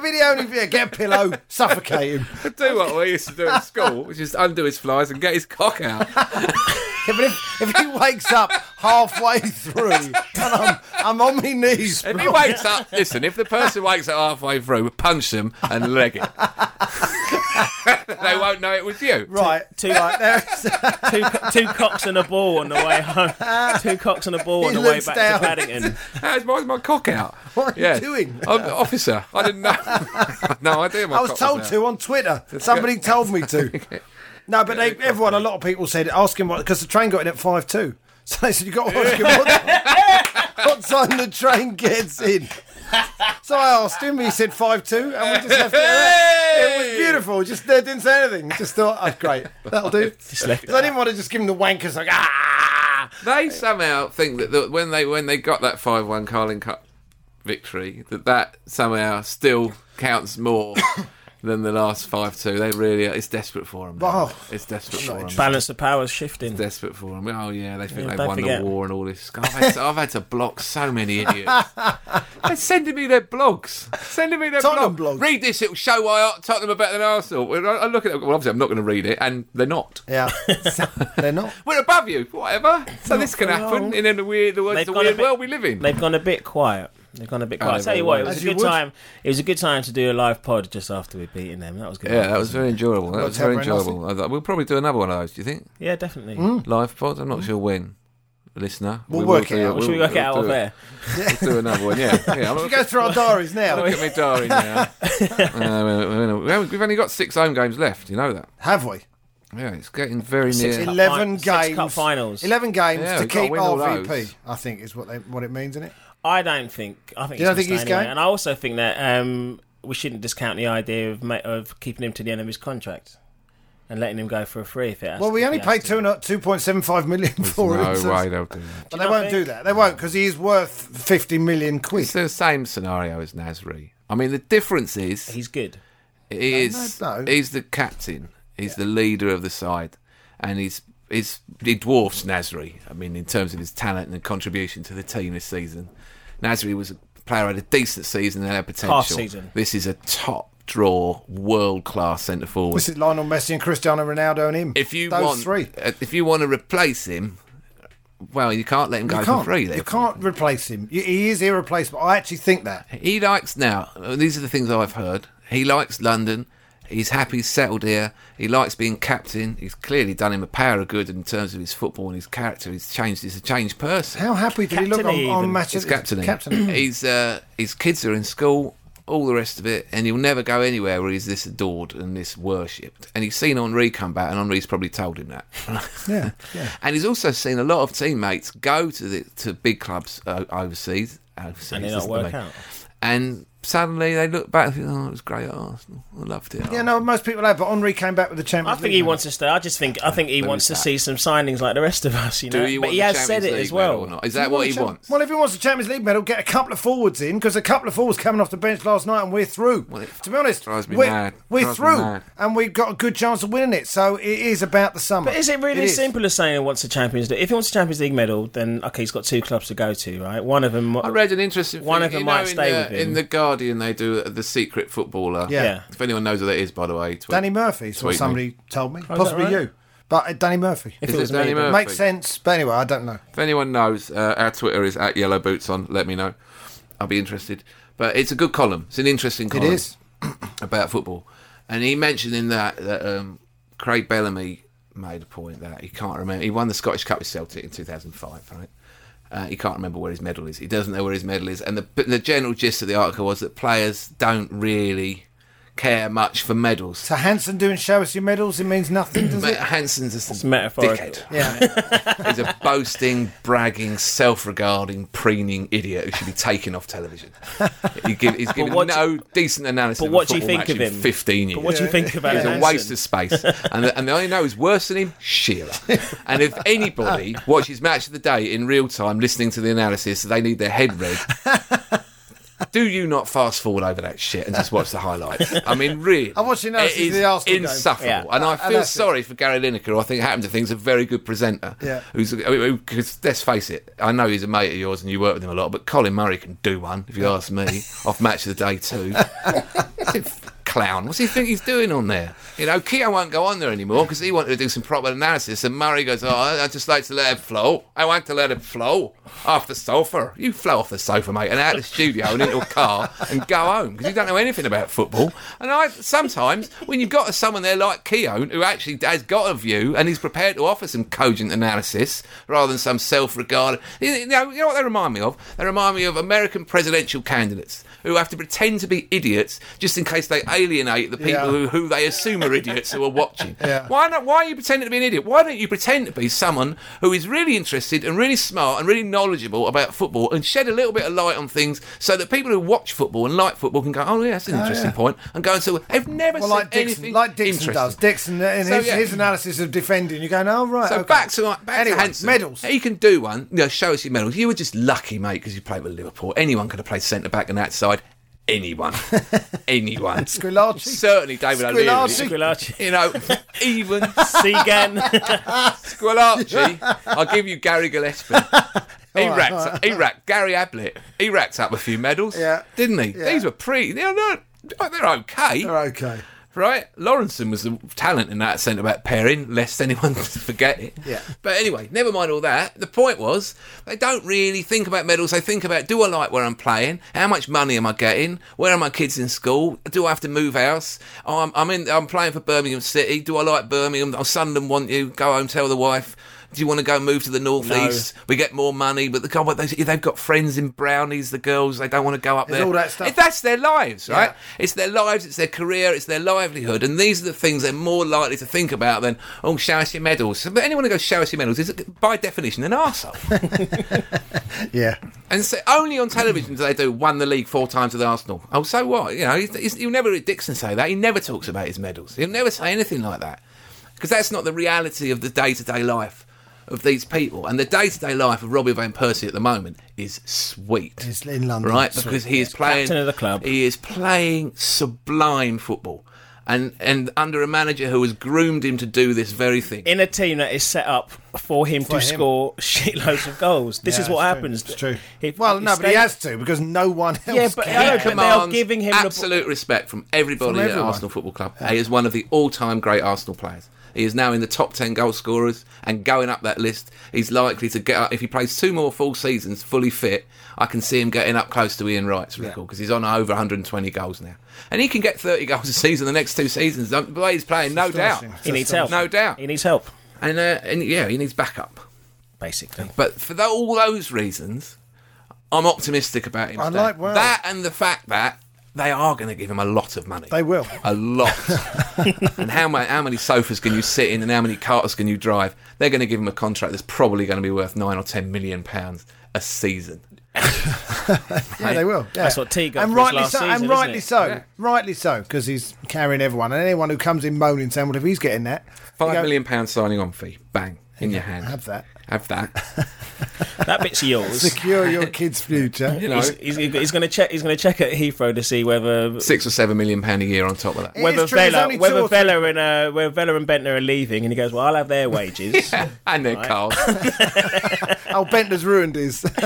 Speaker 3: be the only thing. Get a pillow, suffocate him.
Speaker 2: do what we used to do at school, which is undo his flies and get his cock out.
Speaker 3: Yeah, but if, if he wakes up halfway through, and I'm, I'm on my knees.
Speaker 2: If
Speaker 3: bro.
Speaker 2: he wakes up, listen, if the person wakes up halfway through, punch them and leg it. they won't know it was you.
Speaker 3: Right,
Speaker 4: Two-
Speaker 3: right there's-
Speaker 4: two, two cocks and a ball on the way home. Two cocks and a ball on
Speaker 3: He
Speaker 4: the way
Speaker 3: looks
Speaker 4: back
Speaker 3: down.
Speaker 4: to Paddington.
Speaker 2: How's why is my cock out?
Speaker 3: What are you doing?
Speaker 2: I'm the officer. I didn't know. no idea. My
Speaker 3: I was
Speaker 2: cock
Speaker 3: told
Speaker 2: out.
Speaker 3: to on Twitter. Somebody told me to. No, but they, everyone, a lot of people said, ask him what, because the train got in at 5 2. So they said, you got to ask him what, what time the train gets in. So I asked him, he said 5 2, and we just left it. at that. It was beautiful. Just uh, didn't say anything. Just thought, oh, great. That'll do.
Speaker 4: left it
Speaker 3: 'Cause I didn't want to just give him the wankers, like, ah.
Speaker 2: They somehow think that the, when they when they got that five one Carling Cup victory, that that somehow still counts more than the last five two. They really are, it's desperate for them.
Speaker 3: Wow.
Speaker 2: It's desperate for them.
Speaker 4: Balance of powers shifting.
Speaker 2: desperate for them. Oh yeah, they think
Speaker 4: Yeah,
Speaker 2: they've
Speaker 4: don't
Speaker 2: won
Speaker 4: forget.
Speaker 2: the war and all this. I've had, to, I've had to block so many idiots. They're sending me their blogs. Sending me their
Speaker 3: Tottenham
Speaker 2: blog.
Speaker 3: blogs.
Speaker 2: Read this. It'll show why Tottenham are better than Arsenal. Well, I I look at it. Well, obviously I'm not going to read it, and they're not.
Speaker 3: Yeah. So they're not.
Speaker 2: We're above you. Whatever. So this can
Speaker 4: for
Speaker 2: happen
Speaker 4: long.
Speaker 2: in the weird, the,
Speaker 4: They've
Speaker 2: the
Speaker 4: gone a
Speaker 2: weird
Speaker 4: bit-
Speaker 2: world we live in. Oh,
Speaker 4: They've gone a bit quiet. They've gone a bit quiet.
Speaker 2: they've
Speaker 4: tell you
Speaker 2: gone
Speaker 4: what, it
Speaker 2: well.
Speaker 4: was
Speaker 3: As
Speaker 4: a
Speaker 3: you
Speaker 4: good
Speaker 3: would.
Speaker 4: time. It was a good time to do a live pod just after we beat them. That was good.
Speaker 2: Yeah, that was very enjoyable. That
Speaker 3: Well,
Speaker 2: was very
Speaker 3: Tamara and
Speaker 2: enjoyable. I thought- We'll probably do another one of those. Do you think
Speaker 4: yeah, definitely.
Speaker 2: live pod? I'm not sure when. Listener,
Speaker 3: Hmm. We'll
Speaker 2: We
Speaker 3: work
Speaker 2: do
Speaker 3: it out.
Speaker 4: Or should we
Speaker 2: We'll-
Speaker 4: work it out
Speaker 2: we'll
Speaker 4: off
Speaker 2: do
Speaker 4: air?
Speaker 2: We'll do another one. Yeah, yeah. I'm
Speaker 3: Should we go through our diaries now?
Speaker 2: Look at me diary now. Uh, we- we- we haven't- we've only got six home games left. You know that.
Speaker 3: Have we?
Speaker 2: Yeah, it's getting very near.
Speaker 4: Cup
Speaker 3: 11
Speaker 4: fi- six
Speaker 3: games.
Speaker 4: cup finals.
Speaker 3: 11 games
Speaker 2: Yeah,
Speaker 3: to
Speaker 2: we've gotta
Speaker 3: keep
Speaker 2: win all
Speaker 3: RVP,
Speaker 2: those.
Speaker 3: I think is what they, what it means, isn't it?
Speaker 4: I don't think. I think.
Speaker 3: You
Speaker 4: he's
Speaker 3: don't think he's
Speaker 4: gonna stay anyway.
Speaker 3: going?
Speaker 4: And I also think that um, we shouldn't discount the idea of ma- of keeping him to the end of his contract and letting him go for a free if it. Has
Speaker 3: Well,
Speaker 4: to,
Speaker 3: we
Speaker 4: if
Speaker 3: only
Speaker 4: he has
Speaker 3: paid
Speaker 4: to.
Speaker 3: two and a- 2.75 million for him.
Speaker 2: no
Speaker 3: so-
Speaker 2: way they'll do that.
Speaker 3: But
Speaker 4: Do
Speaker 3: they
Speaker 4: you
Speaker 3: won't
Speaker 4: not
Speaker 3: do
Speaker 4: think-
Speaker 3: that. They won't because he is worth 50 million quid.
Speaker 2: It's the same scenario as Nasri. I mean, the difference is
Speaker 4: He's good.
Speaker 2: he is
Speaker 3: no, no.
Speaker 2: he's the captain. He's the leader of the side, and he's. He's, he dwarfs Nasri. I mean, in terms of his talent and contribution to the team this season, Nasri was a player who had a decent season and had potential.
Speaker 4: season.
Speaker 2: This is a top draw, world class centre forward.
Speaker 3: This is Lionel Messi and Cristiano Ronaldo and him.
Speaker 2: if you
Speaker 3: Those
Speaker 2: want
Speaker 3: three.
Speaker 2: uh, if you want to replace him, well, you can't let him go
Speaker 3: You can't,
Speaker 2: for free.
Speaker 3: you
Speaker 2: therefore.
Speaker 3: can't replace him. Y- He is irreplaceable. I actually think that.
Speaker 2: He likes now. uh, These are the things I've heard. He likes London. He's happy, he's settled here. He likes being captain. He's clearly done him a power of good in terms of his football and his character. He's changed. He's a changed person.
Speaker 3: How happy did he look on,
Speaker 4: Captain
Speaker 3: on
Speaker 4: even.
Speaker 3: matches?
Speaker 2: He's captaining.
Speaker 3: Captain.
Speaker 2: He's uh, his kids are in school. All the rest of it, and he'll never go anywhere where he's this adored and this worshipped. And he's seen Henri come back, and Henri's probably told him that.
Speaker 3: yeah, yeah.
Speaker 2: And he's also seen a lot of teammates go to the to big clubs uh, overseas, overseas
Speaker 4: And they not
Speaker 2: doesn't
Speaker 4: work
Speaker 2: they?
Speaker 4: out.
Speaker 2: And suddenly they look back and think, "Oh, it was great at Arsenal. I loved it."
Speaker 3: Yeah, no, most people have, but Henri came back with the
Speaker 4: I
Speaker 3: Champions
Speaker 4: think
Speaker 3: League
Speaker 4: he
Speaker 3: medal.
Speaker 4: wants to stay. I just think I think he wants to
Speaker 2: that.
Speaker 4: see some signings like the rest of us. You know,
Speaker 2: Do you
Speaker 4: but
Speaker 2: want
Speaker 4: he
Speaker 2: the
Speaker 4: has
Speaker 2: Champions
Speaker 4: said it
Speaker 2: League
Speaker 4: as
Speaker 2: medal
Speaker 4: well.
Speaker 2: or not? Is that what he
Speaker 3: Well,
Speaker 2: wants?
Speaker 3: Well, if he wants a Champions League medal, get a couple of forwards in because a couple of forwards coming off the bench last night and we're through.
Speaker 2: Well, it
Speaker 3: to be honest,
Speaker 2: drives me
Speaker 3: we're,
Speaker 2: mad.
Speaker 3: we're
Speaker 2: Drives me
Speaker 3: through
Speaker 2: mad.
Speaker 3: and we've got a good chance of winning it. So it is about the summer.
Speaker 4: But is it really as
Speaker 3: is.
Speaker 4: simple as saying he wants a Champions League? If he wants a Champions League medal, then okay, he's got two clubs to go to, right? One of them.
Speaker 2: I read an interesting
Speaker 4: One
Speaker 2: thing,
Speaker 4: of them
Speaker 2: you
Speaker 4: might
Speaker 2: know, in
Speaker 4: stay
Speaker 2: the,
Speaker 4: with him.
Speaker 2: In the Guardian, they do the secret footballer.
Speaker 3: Yeah.
Speaker 4: Yeah.
Speaker 2: If anyone knows who that is, by the way, tweet.
Speaker 3: Danny Murphy, or
Speaker 2: Tweet me.
Speaker 3: somebody told
Speaker 2: Oh,
Speaker 3: me,
Speaker 4: that
Speaker 3: possibly
Speaker 4: right?
Speaker 3: you, but uh, Danny Murphy.
Speaker 4: If
Speaker 2: Is
Speaker 4: it
Speaker 2: it
Speaker 4: was
Speaker 2: Danny
Speaker 4: me, then-
Speaker 2: Murphy?
Speaker 3: Makes sense, but anyway, I don't know.
Speaker 2: If anyone knows, uh, our Twitter is at Yellow Boots on. Let me know. I'll be interested. But it's a good column. It's an interesting
Speaker 3: It
Speaker 2: column.
Speaker 3: is.
Speaker 2: about football, and he mentioned in that that um, Craig Bellamy made a point that he can't remember. He won the Scottish Cup with Celtic in 2005, right? Uh, he can't remember where his medal is. He doesn't know where his medal is, and the but the general gist of the article was that players don't really care much for medals.
Speaker 3: So Hanson doing show us your medals, it means nothing, does
Speaker 2: Mate,
Speaker 3: it?
Speaker 2: Hansen's just a
Speaker 4: metaphorical.
Speaker 2: dickhead.
Speaker 3: Yeah.
Speaker 2: He's a boasting, bragging, self-regarding, preening idiot who should be taken off television. He give, he's given
Speaker 4: what do-
Speaker 2: no decent analysis.
Speaker 4: But
Speaker 2: of a
Speaker 4: what do you
Speaker 2: football
Speaker 4: think of
Speaker 2: match in
Speaker 4: him?
Speaker 2: Fifteen years.
Speaker 4: But what do you think about
Speaker 2: He's a
Speaker 4: Hansen?
Speaker 2: waste of space. And the, and the only know is worse than him, Shearer. And if anybody watches Match of the Day in real time, listening to the analysis, they need their head read. Do you not fast forward over that shit and just watch the highlights? I mean, really.
Speaker 3: I'm watching analysis
Speaker 2: it
Speaker 3: of the
Speaker 2: is
Speaker 3: Arsenal game.
Speaker 2: insufferable.
Speaker 4: Yeah.
Speaker 2: And I feel
Speaker 3: that's it.
Speaker 2: sorry for Gary Lineker. who I think it happened to things a very good presenter.
Speaker 3: Yeah.
Speaker 2: Who's because let's face it, I know he's a mate of yours and you work with him a lot, but Colin Murray can do one if you ask me. off Match of the Day too clown. What's he think he's doing on there? You know, Keogh won't go on there anymore because he wanted to do some proper analysis. And Murray goes, "Oh, I I just like to let it flow. I want to let it flow off the sofa. You flow off the sofa, mate, and out the studio and into a car and go home because you don't know anything about football." And I sometimes when you've got someone there like Keogh who actually has got a view and he's prepared to offer some cogent analysis rather than some self-regard. You know, you know what they remind me of? They remind me of American presidential candidates who have to pretend to be idiots just in case they alienate the people
Speaker 3: Yeah.
Speaker 2: who, who they assume are idiots who are watching.
Speaker 3: Yeah.
Speaker 2: Why not? Why are you pretending to be an idiot? Why don't you pretend to be someone who is really interested and really smart and really knowledgeable about football and shed a little bit of light on things so that people who watch football and like football can go, oh yeah, that's an interesting point, and go and say, well, I've never
Speaker 3: Well,
Speaker 2: said
Speaker 3: like Dixon,
Speaker 2: anything
Speaker 3: like Dixon
Speaker 2: interesting.
Speaker 3: does. Dixon, in
Speaker 2: So,
Speaker 3: his,
Speaker 2: yeah.
Speaker 3: his analysis of defending, you're going, oh, right.
Speaker 2: So
Speaker 3: okay.
Speaker 2: back to back
Speaker 3: anyway,
Speaker 2: to Hansen.
Speaker 3: medals.
Speaker 2: He can do one. You know, show us your medals. You were just lucky, mate, because you played with Liverpool. Anyone could have played centre back and outside. Anyone, anyone.
Speaker 3: Squillaci.
Speaker 2: Certainly, David
Speaker 3: Squillaci.
Speaker 2: O'Leary.
Speaker 4: Squillaci.
Speaker 2: You know, even
Speaker 4: Segan.
Speaker 2: Squillaci. I'll give you Gary Gillespie. He
Speaker 3: right,
Speaker 2: racked,
Speaker 3: all right.
Speaker 2: he racked, Gary Ablett. He racked up a few medals,
Speaker 3: Yeah.
Speaker 2: didn't he?
Speaker 3: Yeah.
Speaker 2: These were pretty. They're not. They're okay
Speaker 3: They're okay.
Speaker 2: right? Lawrenson was the talent in that centre back pairing, lest anyone forget it.
Speaker 3: Yeah.
Speaker 2: But anyway, never mind all that. The point was, they don't really think about medals. They think about, do I like where I'm playing? How much money am I getting? Where are my kids in school? Do I have to move house? Oh, I'm, I'm in. I'm playing for Birmingham City. Do I like Birmingham? Oh, Sunderland want you. Go home, tell the wife. Do you want to go move to the northeast? We get more money, but the God, what they, they've got friends in brownies. The girls, they don't want to go up
Speaker 3: There's
Speaker 2: there.
Speaker 3: all that stuff.
Speaker 2: If that's their lives, right? It's their lives, it's their career, it's their livelihood, and these are the things they're more likely to think about than oh, show us your medals. But anyone who goes show us your medals is by definition an arsehole.
Speaker 3: Yeah.
Speaker 2: and so only on television do they do won the league four times with Arsenal. Oh, so what? You know, he's- he's- you'll never hear Dixon say that. He never talks about his medals. He'll never say anything like that because that's not the reality of the day-to-day life. Of these people, and the day-to-day life of Robbie van Persie at the moment is sweet.
Speaker 3: It's in London.
Speaker 2: right?
Speaker 3: Sweet.
Speaker 2: Because he is playing
Speaker 4: captain of the club.
Speaker 2: He is playing sublime football, and and under a manager who has groomed him to do this very thing.
Speaker 4: in a team that is set up for him to
Speaker 3: him.
Speaker 4: score shitloads of goals. This
Speaker 3: Yeah,
Speaker 4: is what
Speaker 3: it's true.
Speaker 4: happens.
Speaker 3: It's true.
Speaker 4: If-
Speaker 3: well, no,
Speaker 4: if
Speaker 3: but he
Speaker 4: they-
Speaker 3: has to because no one else.
Speaker 4: Yeah, but-
Speaker 3: can.
Speaker 4: I know,
Speaker 2: He
Speaker 4: they are
Speaker 2: commands
Speaker 4: giving him the-
Speaker 2: absolute respect from everybody
Speaker 3: From
Speaker 2: at
Speaker 3: everyone.
Speaker 2: Arsenal Football Club. He is one of the all-time great Arsenal players. He is now in the top ten goal scorers and going up that list. He's likely to get up if he plays two more full seasons fully fit. I can see him getting up close to Ian Wright's record because he's on over 120 goals now, and he can get 30 goals a season the next two seasons. The way he's playing, no doubt.
Speaker 3: astonishing.
Speaker 4: he needs help.
Speaker 2: No doubt.
Speaker 4: He needs help,
Speaker 2: and uh, and yeah, he needs backup.
Speaker 4: basically.
Speaker 2: But for tho- all those reasons, I'm optimistic about him.
Speaker 3: I
Speaker 2: staying.
Speaker 3: like Wales.
Speaker 2: that and the fact that they are going to give him a lot of money.
Speaker 3: They will.
Speaker 2: a lot. and how many how many sofas can you sit in, and how many carters can you drive? They're going to give him a contract that's probably going to be worth nine or ten million pounds a season.
Speaker 3: Yeah, they will. yeah.
Speaker 4: That's what T got
Speaker 3: and
Speaker 4: for his
Speaker 3: rightly
Speaker 4: last
Speaker 3: so,
Speaker 4: season,
Speaker 3: and
Speaker 4: isn't
Speaker 3: rightly
Speaker 4: it?
Speaker 3: so, rightly so, because he's carrying everyone, and anyone who comes in moaning saying, "Well, if he's getting that,
Speaker 2: Five
Speaker 3: you go,
Speaker 2: million pounds signing on fee, bang in your hand.
Speaker 3: have that.
Speaker 2: Have that.
Speaker 4: That bit's yours.
Speaker 3: secure your kid's future."
Speaker 2: You know,
Speaker 4: He's, he's, he's going to check. He's going to check at Heathrow to see whether
Speaker 2: six or seven million pound a year on top of that.
Speaker 4: whether
Speaker 3: true, there's only
Speaker 4: Vela,
Speaker 3: two
Speaker 4: whether
Speaker 3: or three-
Speaker 4: Vela and uh, whether Vela and Bentner are leaving, and he goes, "Well, I'll have their wages."
Speaker 2: and their cars.
Speaker 3: oh, Bentner's ruined his.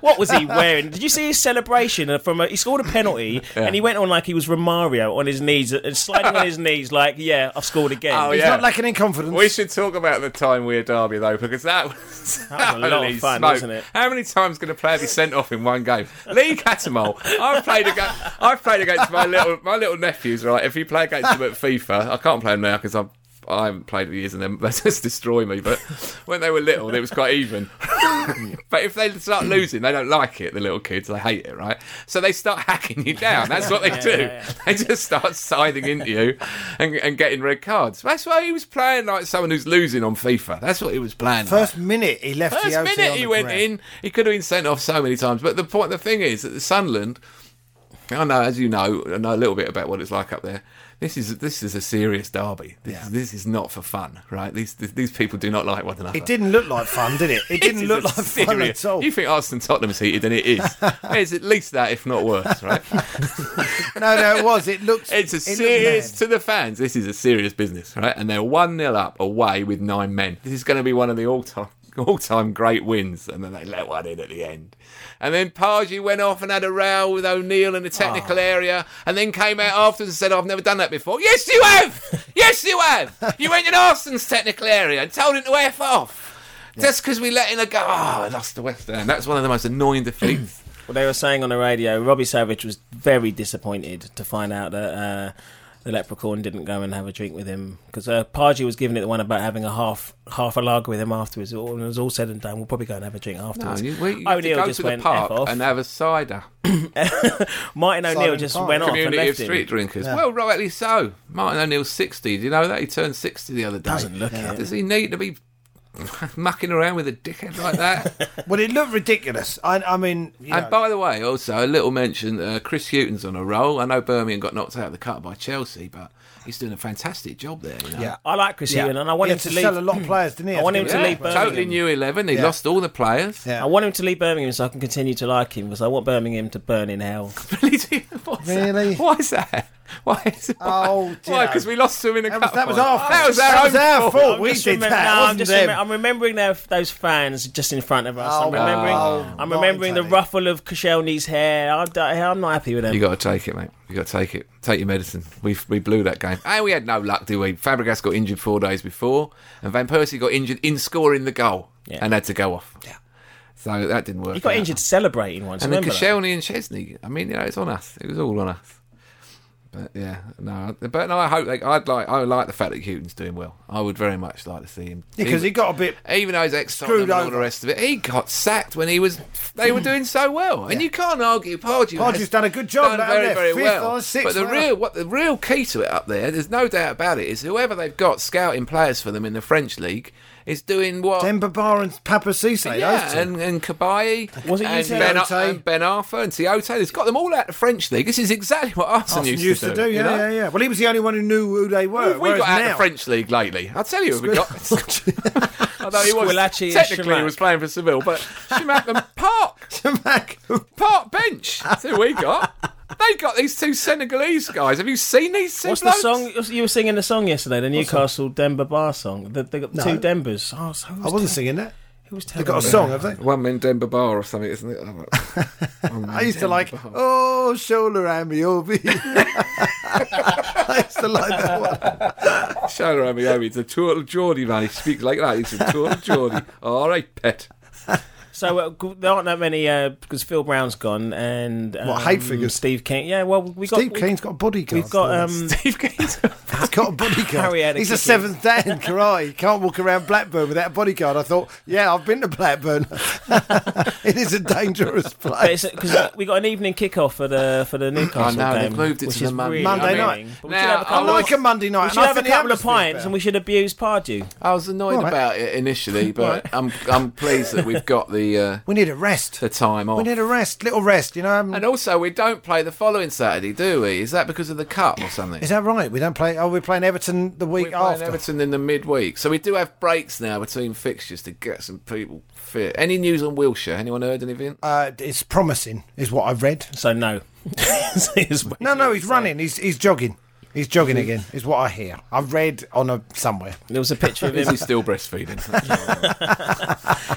Speaker 4: What was he wearing? Did you see his celebration from? A, he scored a penalty, and he went on like he was Romario on his knees, uh, sliding on his knees, like, "Yeah, I've scored again."
Speaker 2: Oh,
Speaker 3: he's
Speaker 2: yeah.
Speaker 3: not lacking in confidence.
Speaker 2: We should talk about the time we had Derby though, because that was,
Speaker 4: That was a lot of
Speaker 2: holy
Speaker 4: fun,
Speaker 2: smoke.
Speaker 4: wasn't it?
Speaker 2: How many times can a player be sent off in one game? Lee Catamol, I've played against, I've played against my little my little nephews. Right, if you play against them at FIFA, I can't play them now because I'm. I haven't played for years and them- they just destroy me. But when they were little, it was quite even. but if they start losing, they don't like it. The little kids, they hate it, right? So they start hacking you down. That's what they do. They just start siding into you and, and getting red cards. That's why he was playing like someone who's losing on FIFA. That's what he was playing. like.
Speaker 3: First minute he left
Speaker 2: First
Speaker 3: the OT
Speaker 2: minute
Speaker 3: on
Speaker 2: he
Speaker 3: the
Speaker 2: went
Speaker 3: ground.
Speaker 2: in, he could have been sent off so many times. But the point, the thing is that the Sunderland, I know, as you know, I know a little bit about what it's like up there. This is this is a serious derby. This, is, this is not for fun, right? These these- these people do not like one another.
Speaker 3: It didn't look like fun, did it?
Speaker 2: This
Speaker 3: It didn't
Speaker 2: is
Speaker 3: look
Speaker 2: a
Speaker 3: like fun
Speaker 2: serious-
Speaker 3: at all.
Speaker 2: You think Arsenal Tottenham's heated, and it is. It's at least that, if not worse, right?
Speaker 3: No, no, it was. It looks.
Speaker 2: It's a
Speaker 3: it looked
Speaker 2: serious
Speaker 3: mad.
Speaker 2: to the fans. This is a serious business, right? And they're one 0 up away with nine men. This is going to be one of the all time all time great wins. And then they let one in at the end. And then Pardew went off and had a row with O'Neill in the technical area, and then came out afterwards and said, "I've never done that before." Yes, you have. yes, you have. You went in Arsenal's technical area and told him to f off. Just because we let in a go, oh, I lost the West End. That's one of the most annoying defeats.
Speaker 4: Well, they were saying on the radio, Robbie Savage was very disappointed to find out that uh, the Leprechaun didn't go and have a drink with him because uh, Pardew was giving it the one about having a half half a lager with him afterwards. All- When it was all said and done, we'll probably go and have a drink
Speaker 2: no,
Speaker 4: afterwards. Oh,
Speaker 2: you, we, you have to
Speaker 4: O'Neill
Speaker 2: go
Speaker 4: just
Speaker 2: to the
Speaker 4: went,
Speaker 2: park
Speaker 4: "F off."
Speaker 2: and have a cider.
Speaker 4: Martin O'Neill
Speaker 3: Silent
Speaker 4: just
Speaker 3: Park.
Speaker 4: went off and
Speaker 2: community of
Speaker 4: left
Speaker 2: street
Speaker 4: him.
Speaker 2: drinkers. Well, rightly so. Martin O'Neill's 60. Do you know that? He turned 60 the other day.
Speaker 4: Doesn't look it.
Speaker 2: Does he need to be mucking around with a dickhead like that?
Speaker 3: Well, it looked ridiculous. I, I mean, you know,
Speaker 2: and by the way, also, a little mention uh, Chris Hewton's on a roll. I know Birmingham got knocked out of the cut by Chelsea, but he's doing a fantastic job there. You know?
Speaker 3: Yeah.
Speaker 4: I like Chris
Speaker 3: yeah.
Speaker 4: Ewan and I want
Speaker 3: He
Speaker 4: him
Speaker 3: had
Speaker 4: to
Speaker 3: sell a
Speaker 4: leave.
Speaker 3: lot of players, didn't he?
Speaker 4: I want him to
Speaker 2: Yeah,
Speaker 4: leave
Speaker 2: totally
Speaker 4: Birmingham.
Speaker 2: new 11. He
Speaker 3: Yeah.
Speaker 2: lost all the players.
Speaker 3: Yeah.
Speaker 4: I want him to leave Birmingham so I can continue to like him because I want Birmingham to burn in hell.
Speaker 2: What's that?
Speaker 3: Really?
Speaker 2: Why is that? Why is
Speaker 3: Oh, dear.
Speaker 2: Why? Because we lost to him in a
Speaker 3: That was,
Speaker 2: cup.
Speaker 3: that was
Speaker 2: final.
Speaker 3: our fault.
Speaker 2: Oh, That was our,
Speaker 3: That
Speaker 2: own
Speaker 3: was our
Speaker 2: fault.
Speaker 3: fault. We
Speaker 4: just
Speaker 3: did that.
Speaker 4: remem- no, I'm
Speaker 3: wasn't
Speaker 4: just.
Speaker 3: them.
Speaker 4: remem- I'm remembering their, those fans just in front of us.
Speaker 3: Oh,
Speaker 4: I'm remembering.
Speaker 3: wow.
Speaker 4: I'm
Speaker 3: Not
Speaker 4: remembering the
Speaker 3: entirely.
Speaker 4: ruffle of Koscielny's hair. I'm, d- I'm not happy with them.
Speaker 2: You got to take it, mate. You got to take it. Take your medicine. We we blew that game, and we had no luck, did we? Fabregas got injured four days before, and Van Persie got injured in scoring the goal,
Speaker 4: Yeah.
Speaker 2: and had to go off. Yeah. So that didn't work.
Speaker 4: He got
Speaker 2: out.
Speaker 4: injured celebrating once.
Speaker 2: and then
Speaker 4: remember that?
Speaker 2: Koscielny and Chesney. I mean, you know, it's on us. It was all on us. But yeah, no. But no, I hope. Like, I'd like. I would like the fact that Houghton's doing well. I would very much like to see him.
Speaker 3: because he got a bit.
Speaker 2: Even though he's ex
Speaker 3: Screwed
Speaker 2: and all the
Speaker 3: over. Hmm.
Speaker 2: rest of it, he got sacked when he was. They were doing so well, and you can't argue. Pardew
Speaker 3: Pardew's
Speaker 2: has
Speaker 3: done a good job
Speaker 2: Done
Speaker 3: down
Speaker 2: very,
Speaker 3: there.
Speaker 2: very
Speaker 3: Fifth
Speaker 2: well.
Speaker 3: or sixth,
Speaker 2: but the
Speaker 3: whatever.
Speaker 2: real, what the real key to it up there, there's no doubt about it, is whoever they've got scouting players for them in the French league is doing what.
Speaker 3: Demba Bar and Papa Cisse, those
Speaker 2: yeah,
Speaker 3: two.
Speaker 2: and, and Kabayi
Speaker 4: Was it you
Speaker 2: and,
Speaker 4: said-
Speaker 2: ben,
Speaker 3: Tiote?
Speaker 2: and Ben Arfa and Tiote. It's got them all out of the French league. This is exactly what Arsenal,
Speaker 3: Arsenal used to do, yeah,
Speaker 2: you know?
Speaker 3: yeah, yeah. Well, he was the only one who knew who they were.
Speaker 2: We
Speaker 3: whereas
Speaker 2: got out
Speaker 3: now,
Speaker 2: of the French league lately. I'll tell you who we got. Although he was
Speaker 4: Squillaci and
Speaker 2: technically he was
Speaker 4: Schmack.
Speaker 2: playing for Seville, but Schmack and Park.
Speaker 3: Mac-
Speaker 2: Park bench. That's who we got. They got these two Senegalese guys. Have you seen these two
Speaker 4: What's the
Speaker 2: blokes?
Speaker 4: song you were singing? The song yesterday, the Newcastle Denver Bar song. The, the two Denvers. Oh, so who's
Speaker 3: I wasn't singing that.
Speaker 4: Who was telling
Speaker 3: They got a
Speaker 4: me
Speaker 3: song,
Speaker 4: that?
Speaker 3: have they?
Speaker 2: One man Denver Bar or something, isn't it? Oh, I don't know.
Speaker 3: I used to like, oh, shoulder and me over. here." I used to like that one.
Speaker 2: Shout out Miami. It's oh, a total Geordie man. He speaks like that. He's a total Geordie. All right, pet.
Speaker 4: So uh, g- there aren't that many uh, because Phil Brown's gone and um,
Speaker 3: What, hate figures?
Speaker 4: Steve King. Yeah, well we got
Speaker 3: Steve
Speaker 4: we-
Speaker 3: Keen's got a bodyguard.
Speaker 4: We've got
Speaker 3: still.
Speaker 4: um,
Speaker 2: Steve Gaines.
Speaker 3: He's got a bodyguard.
Speaker 4: Harry had a
Speaker 3: He's a
Speaker 4: kick in.
Speaker 3: seventh Dan karate. He can't walk around Blackburn without a bodyguard. I thought, yeah, I've been to Blackburn. it is a dangerous place.
Speaker 4: because we got an evening kickoff for the for the Newcastle
Speaker 2: I know, they've
Speaker 4: game,
Speaker 2: moved it
Speaker 4: which
Speaker 2: to
Speaker 4: is
Speaker 2: the Monday.
Speaker 4: really
Speaker 3: Monday
Speaker 4: annoying.
Speaker 2: night.
Speaker 4: But we should
Speaker 2: Now,
Speaker 4: have a
Speaker 2: I
Speaker 3: I
Speaker 4: couple,
Speaker 3: like a Monday night.
Speaker 4: we
Speaker 3: and
Speaker 4: should
Speaker 3: I
Speaker 4: have a
Speaker 3: think the
Speaker 4: couple of
Speaker 3: atmosphere's
Speaker 4: pints
Speaker 3: better.
Speaker 4: and we should abuse Pardew.
Speaker 2: I was annoyed
Speaker 3: All right.
Speaker 2: about it initially, but
Speaker 4: Right.
Speaker 2: I'm I'm pleased that we've got the uh,
Speaker 3: We need a rest.
Speaker 2: the time
Speaker 3: We
Speaker 2: off.
Speaker 3: need a rest, little rest. You know, um,
Speaker 2: And also, we don't play the following Saturday, do we? Is that because of the cup or something?
Speaker 3: is that right? We don't play. Oh, we're playing Everton the week
Speaker 2: We're playing
Speaker 3: after.
Speaker 2: Everton in the midweek, so we do have breaks now between fixtures to get some people fit. Any news on Wilshire? Anyone heard anything?
Speaker 3: Uh, it's promising, is what I've read.
Speaker 4: So no,
Speaker 3: No, no, he's running. He's he's jogging. He's jogging again, is what I hear. I've read on a somewhere.
Speaker 4: There was a picture of
Speaker 2: Is he
Speaker 4: him.
Speaker 2: still breastfeeding?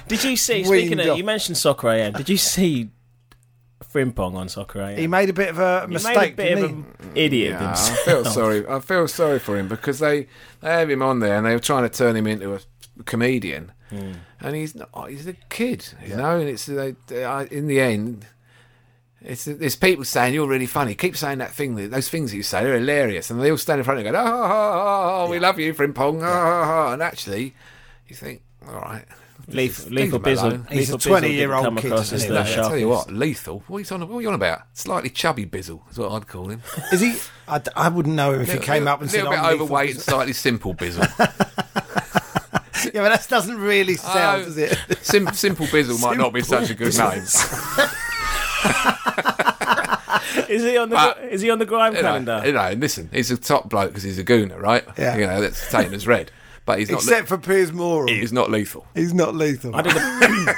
Speaker 4: Did you see?
Speaker 3: Weaned
Speaker 4: Speaking of,
Speaker 3: off.
Speaker 4: you mentioned Soccer AM. Did you see Frimpong on Soccer AM?
Speaker 3: He made a bit of a
Speaker 4: He
Speaker 3: mistake.
Speaker 4: made a bit of
Speaker 3: didn't he?
Speaker 4: an idiot of
Speaker 2: Yeah,
Speaker 4: himself.
Speaker 2: I feel sorry. I feel sorry for him because they they have him on there and they were trying to turn him into a comedian,
Speaker 3: Hmm.
Speaker 2: and he's not. He's a kid, you know. And it's they, they, I- in the end. It's, it's people saying you're really funny. Keep saying that thing, that- those things that you say. They're hilarious, and they all stand in front of you and go, "Ah, "Oh, oh, oh, oh, we love you, Frimpong." Oh, oh, oh," and actually, you think, "All right,
Speaker 4: Leaf,
Speaker 2: leave
Speaker 4: lethal
Speaker 2: him alone.
Speaker 4: Bizzle.
Speaker 3: He's a
Speaker 4: Lethal Bizzle
Speaker 3: 20-year-old
Speaker 4: didn't come
Speaker 3: kid,
Speaker 4: across as
Speaker 3: isn't
Speaker 4: the
Speaker 3: he?
Speaker 2: I
Speaker 3: Yeah,
Speaker 4: sharpest.
Speaker 2: tell you what, lethal. What are you on? What are you on about? Slightly chubby Bizzle is what I'd call him.
Speaker 3: Is he? I, d- I wouldn't know him if he came
Speaker 2: Little-
Speaker 3: up and said,
Speaker 2: little bit
Speaker 3: "I'm lethal."
Speaker 2: overweight, and slightly simple Bizzle.
Speaker 3: Yeah, but that doesn't really sound,
Speaker 2: Oh.
Speaker 3: does it?
Speaker 2: Sim- simple Bizzle might not be such a good name.
Speaker 4: Is he on the
Speaker 2: But-
Speaker 4: is he on the grime
Speaker 2: you know,
Speaker 4: calendar?
Speaker 2: you know, and listen, he's a top bloke because he's a gooner, right?
Speaker 3: Yeah.
Speaker 2: You know, that's taken as red. But he's not.
Speaker 3: Except for Piers Morgan,
Speaker 2: he's not lethal.
Speaker 3: he's not lethal.
Speaker 4: I did a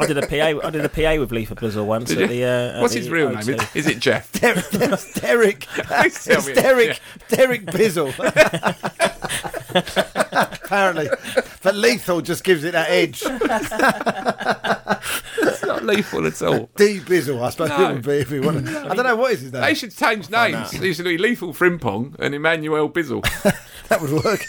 Speaker 4: I did a PA I did a PA with Lethal Bizzle once at the uh, at
Speaker 2: What's
Speaker 4: the
Speaker 2: his real
Speaker 4: O2.
Speaker 2: name? Is, is it Jeff?
Speaker 3: Derek, that's Derek, that's
Speaker 2: Tell me.
Speaker 3: Derek, Derek Bizzle. Apparently, but lethal just gives it that edge.
Speaker 2: It's not lethal at all.
Speaker 3: D Bizzle, I suppose
Speaker 2: No.
Speaker 3: it would be if we want. I don't know what is his
Speaker 2: They
Speaker 3: name.
Speaker 2: should change names. They should be Lethal Frimpong and Emmanuel Bizzle.
Speaker 3: That would work.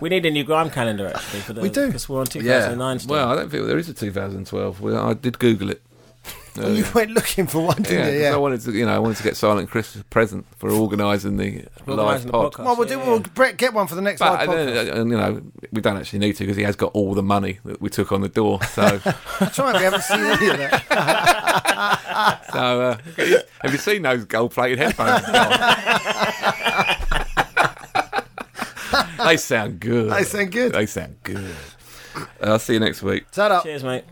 Speaker 4: We need a new grime calendar actually for the
Speaker 3: We do.
Speaker 4: because we're on 2009 still.
Speaker 2: Well, I don't feel there is a 2012. Well, I did Google it.
Speaker 3: you went looking for one, didn't
Speaker 2: Yeah,
Speaker 3: you?
Speaker 2: 'cause
Speaker 3: Yeah.
Speaker 2: I wanted to, you know, I wanted to get Silent Chris a present for organising the live
Speaker 4: Organising the
Speaker 2: pod.
Speaker 4: podcast.
Speaker 3: well, we'll do.
Speaker 4: Yeah,
Speaker 3: We'll
Speaker 4: yeah.
Speaker 3: Brett get one for the next
Speaker 2: But
Speaker 3: live
Speaker 2: uh,
Speaker 3: podcast.
Speaker 2: uh, you know, we don't actually need to because he has got all the money that we took on the door. So,
Speaker 3: That's right. We haven't seen any of that.
Speaker 2: so uh, have you seen those gold-plated headphones? Carl? they sound good.
Speaker 3: They sound good.
Speaker 2: Oh. They sound good. Uh, I'll see you next week.
Speaker 3: Shut up.
Speaker 4: Cheers, mate.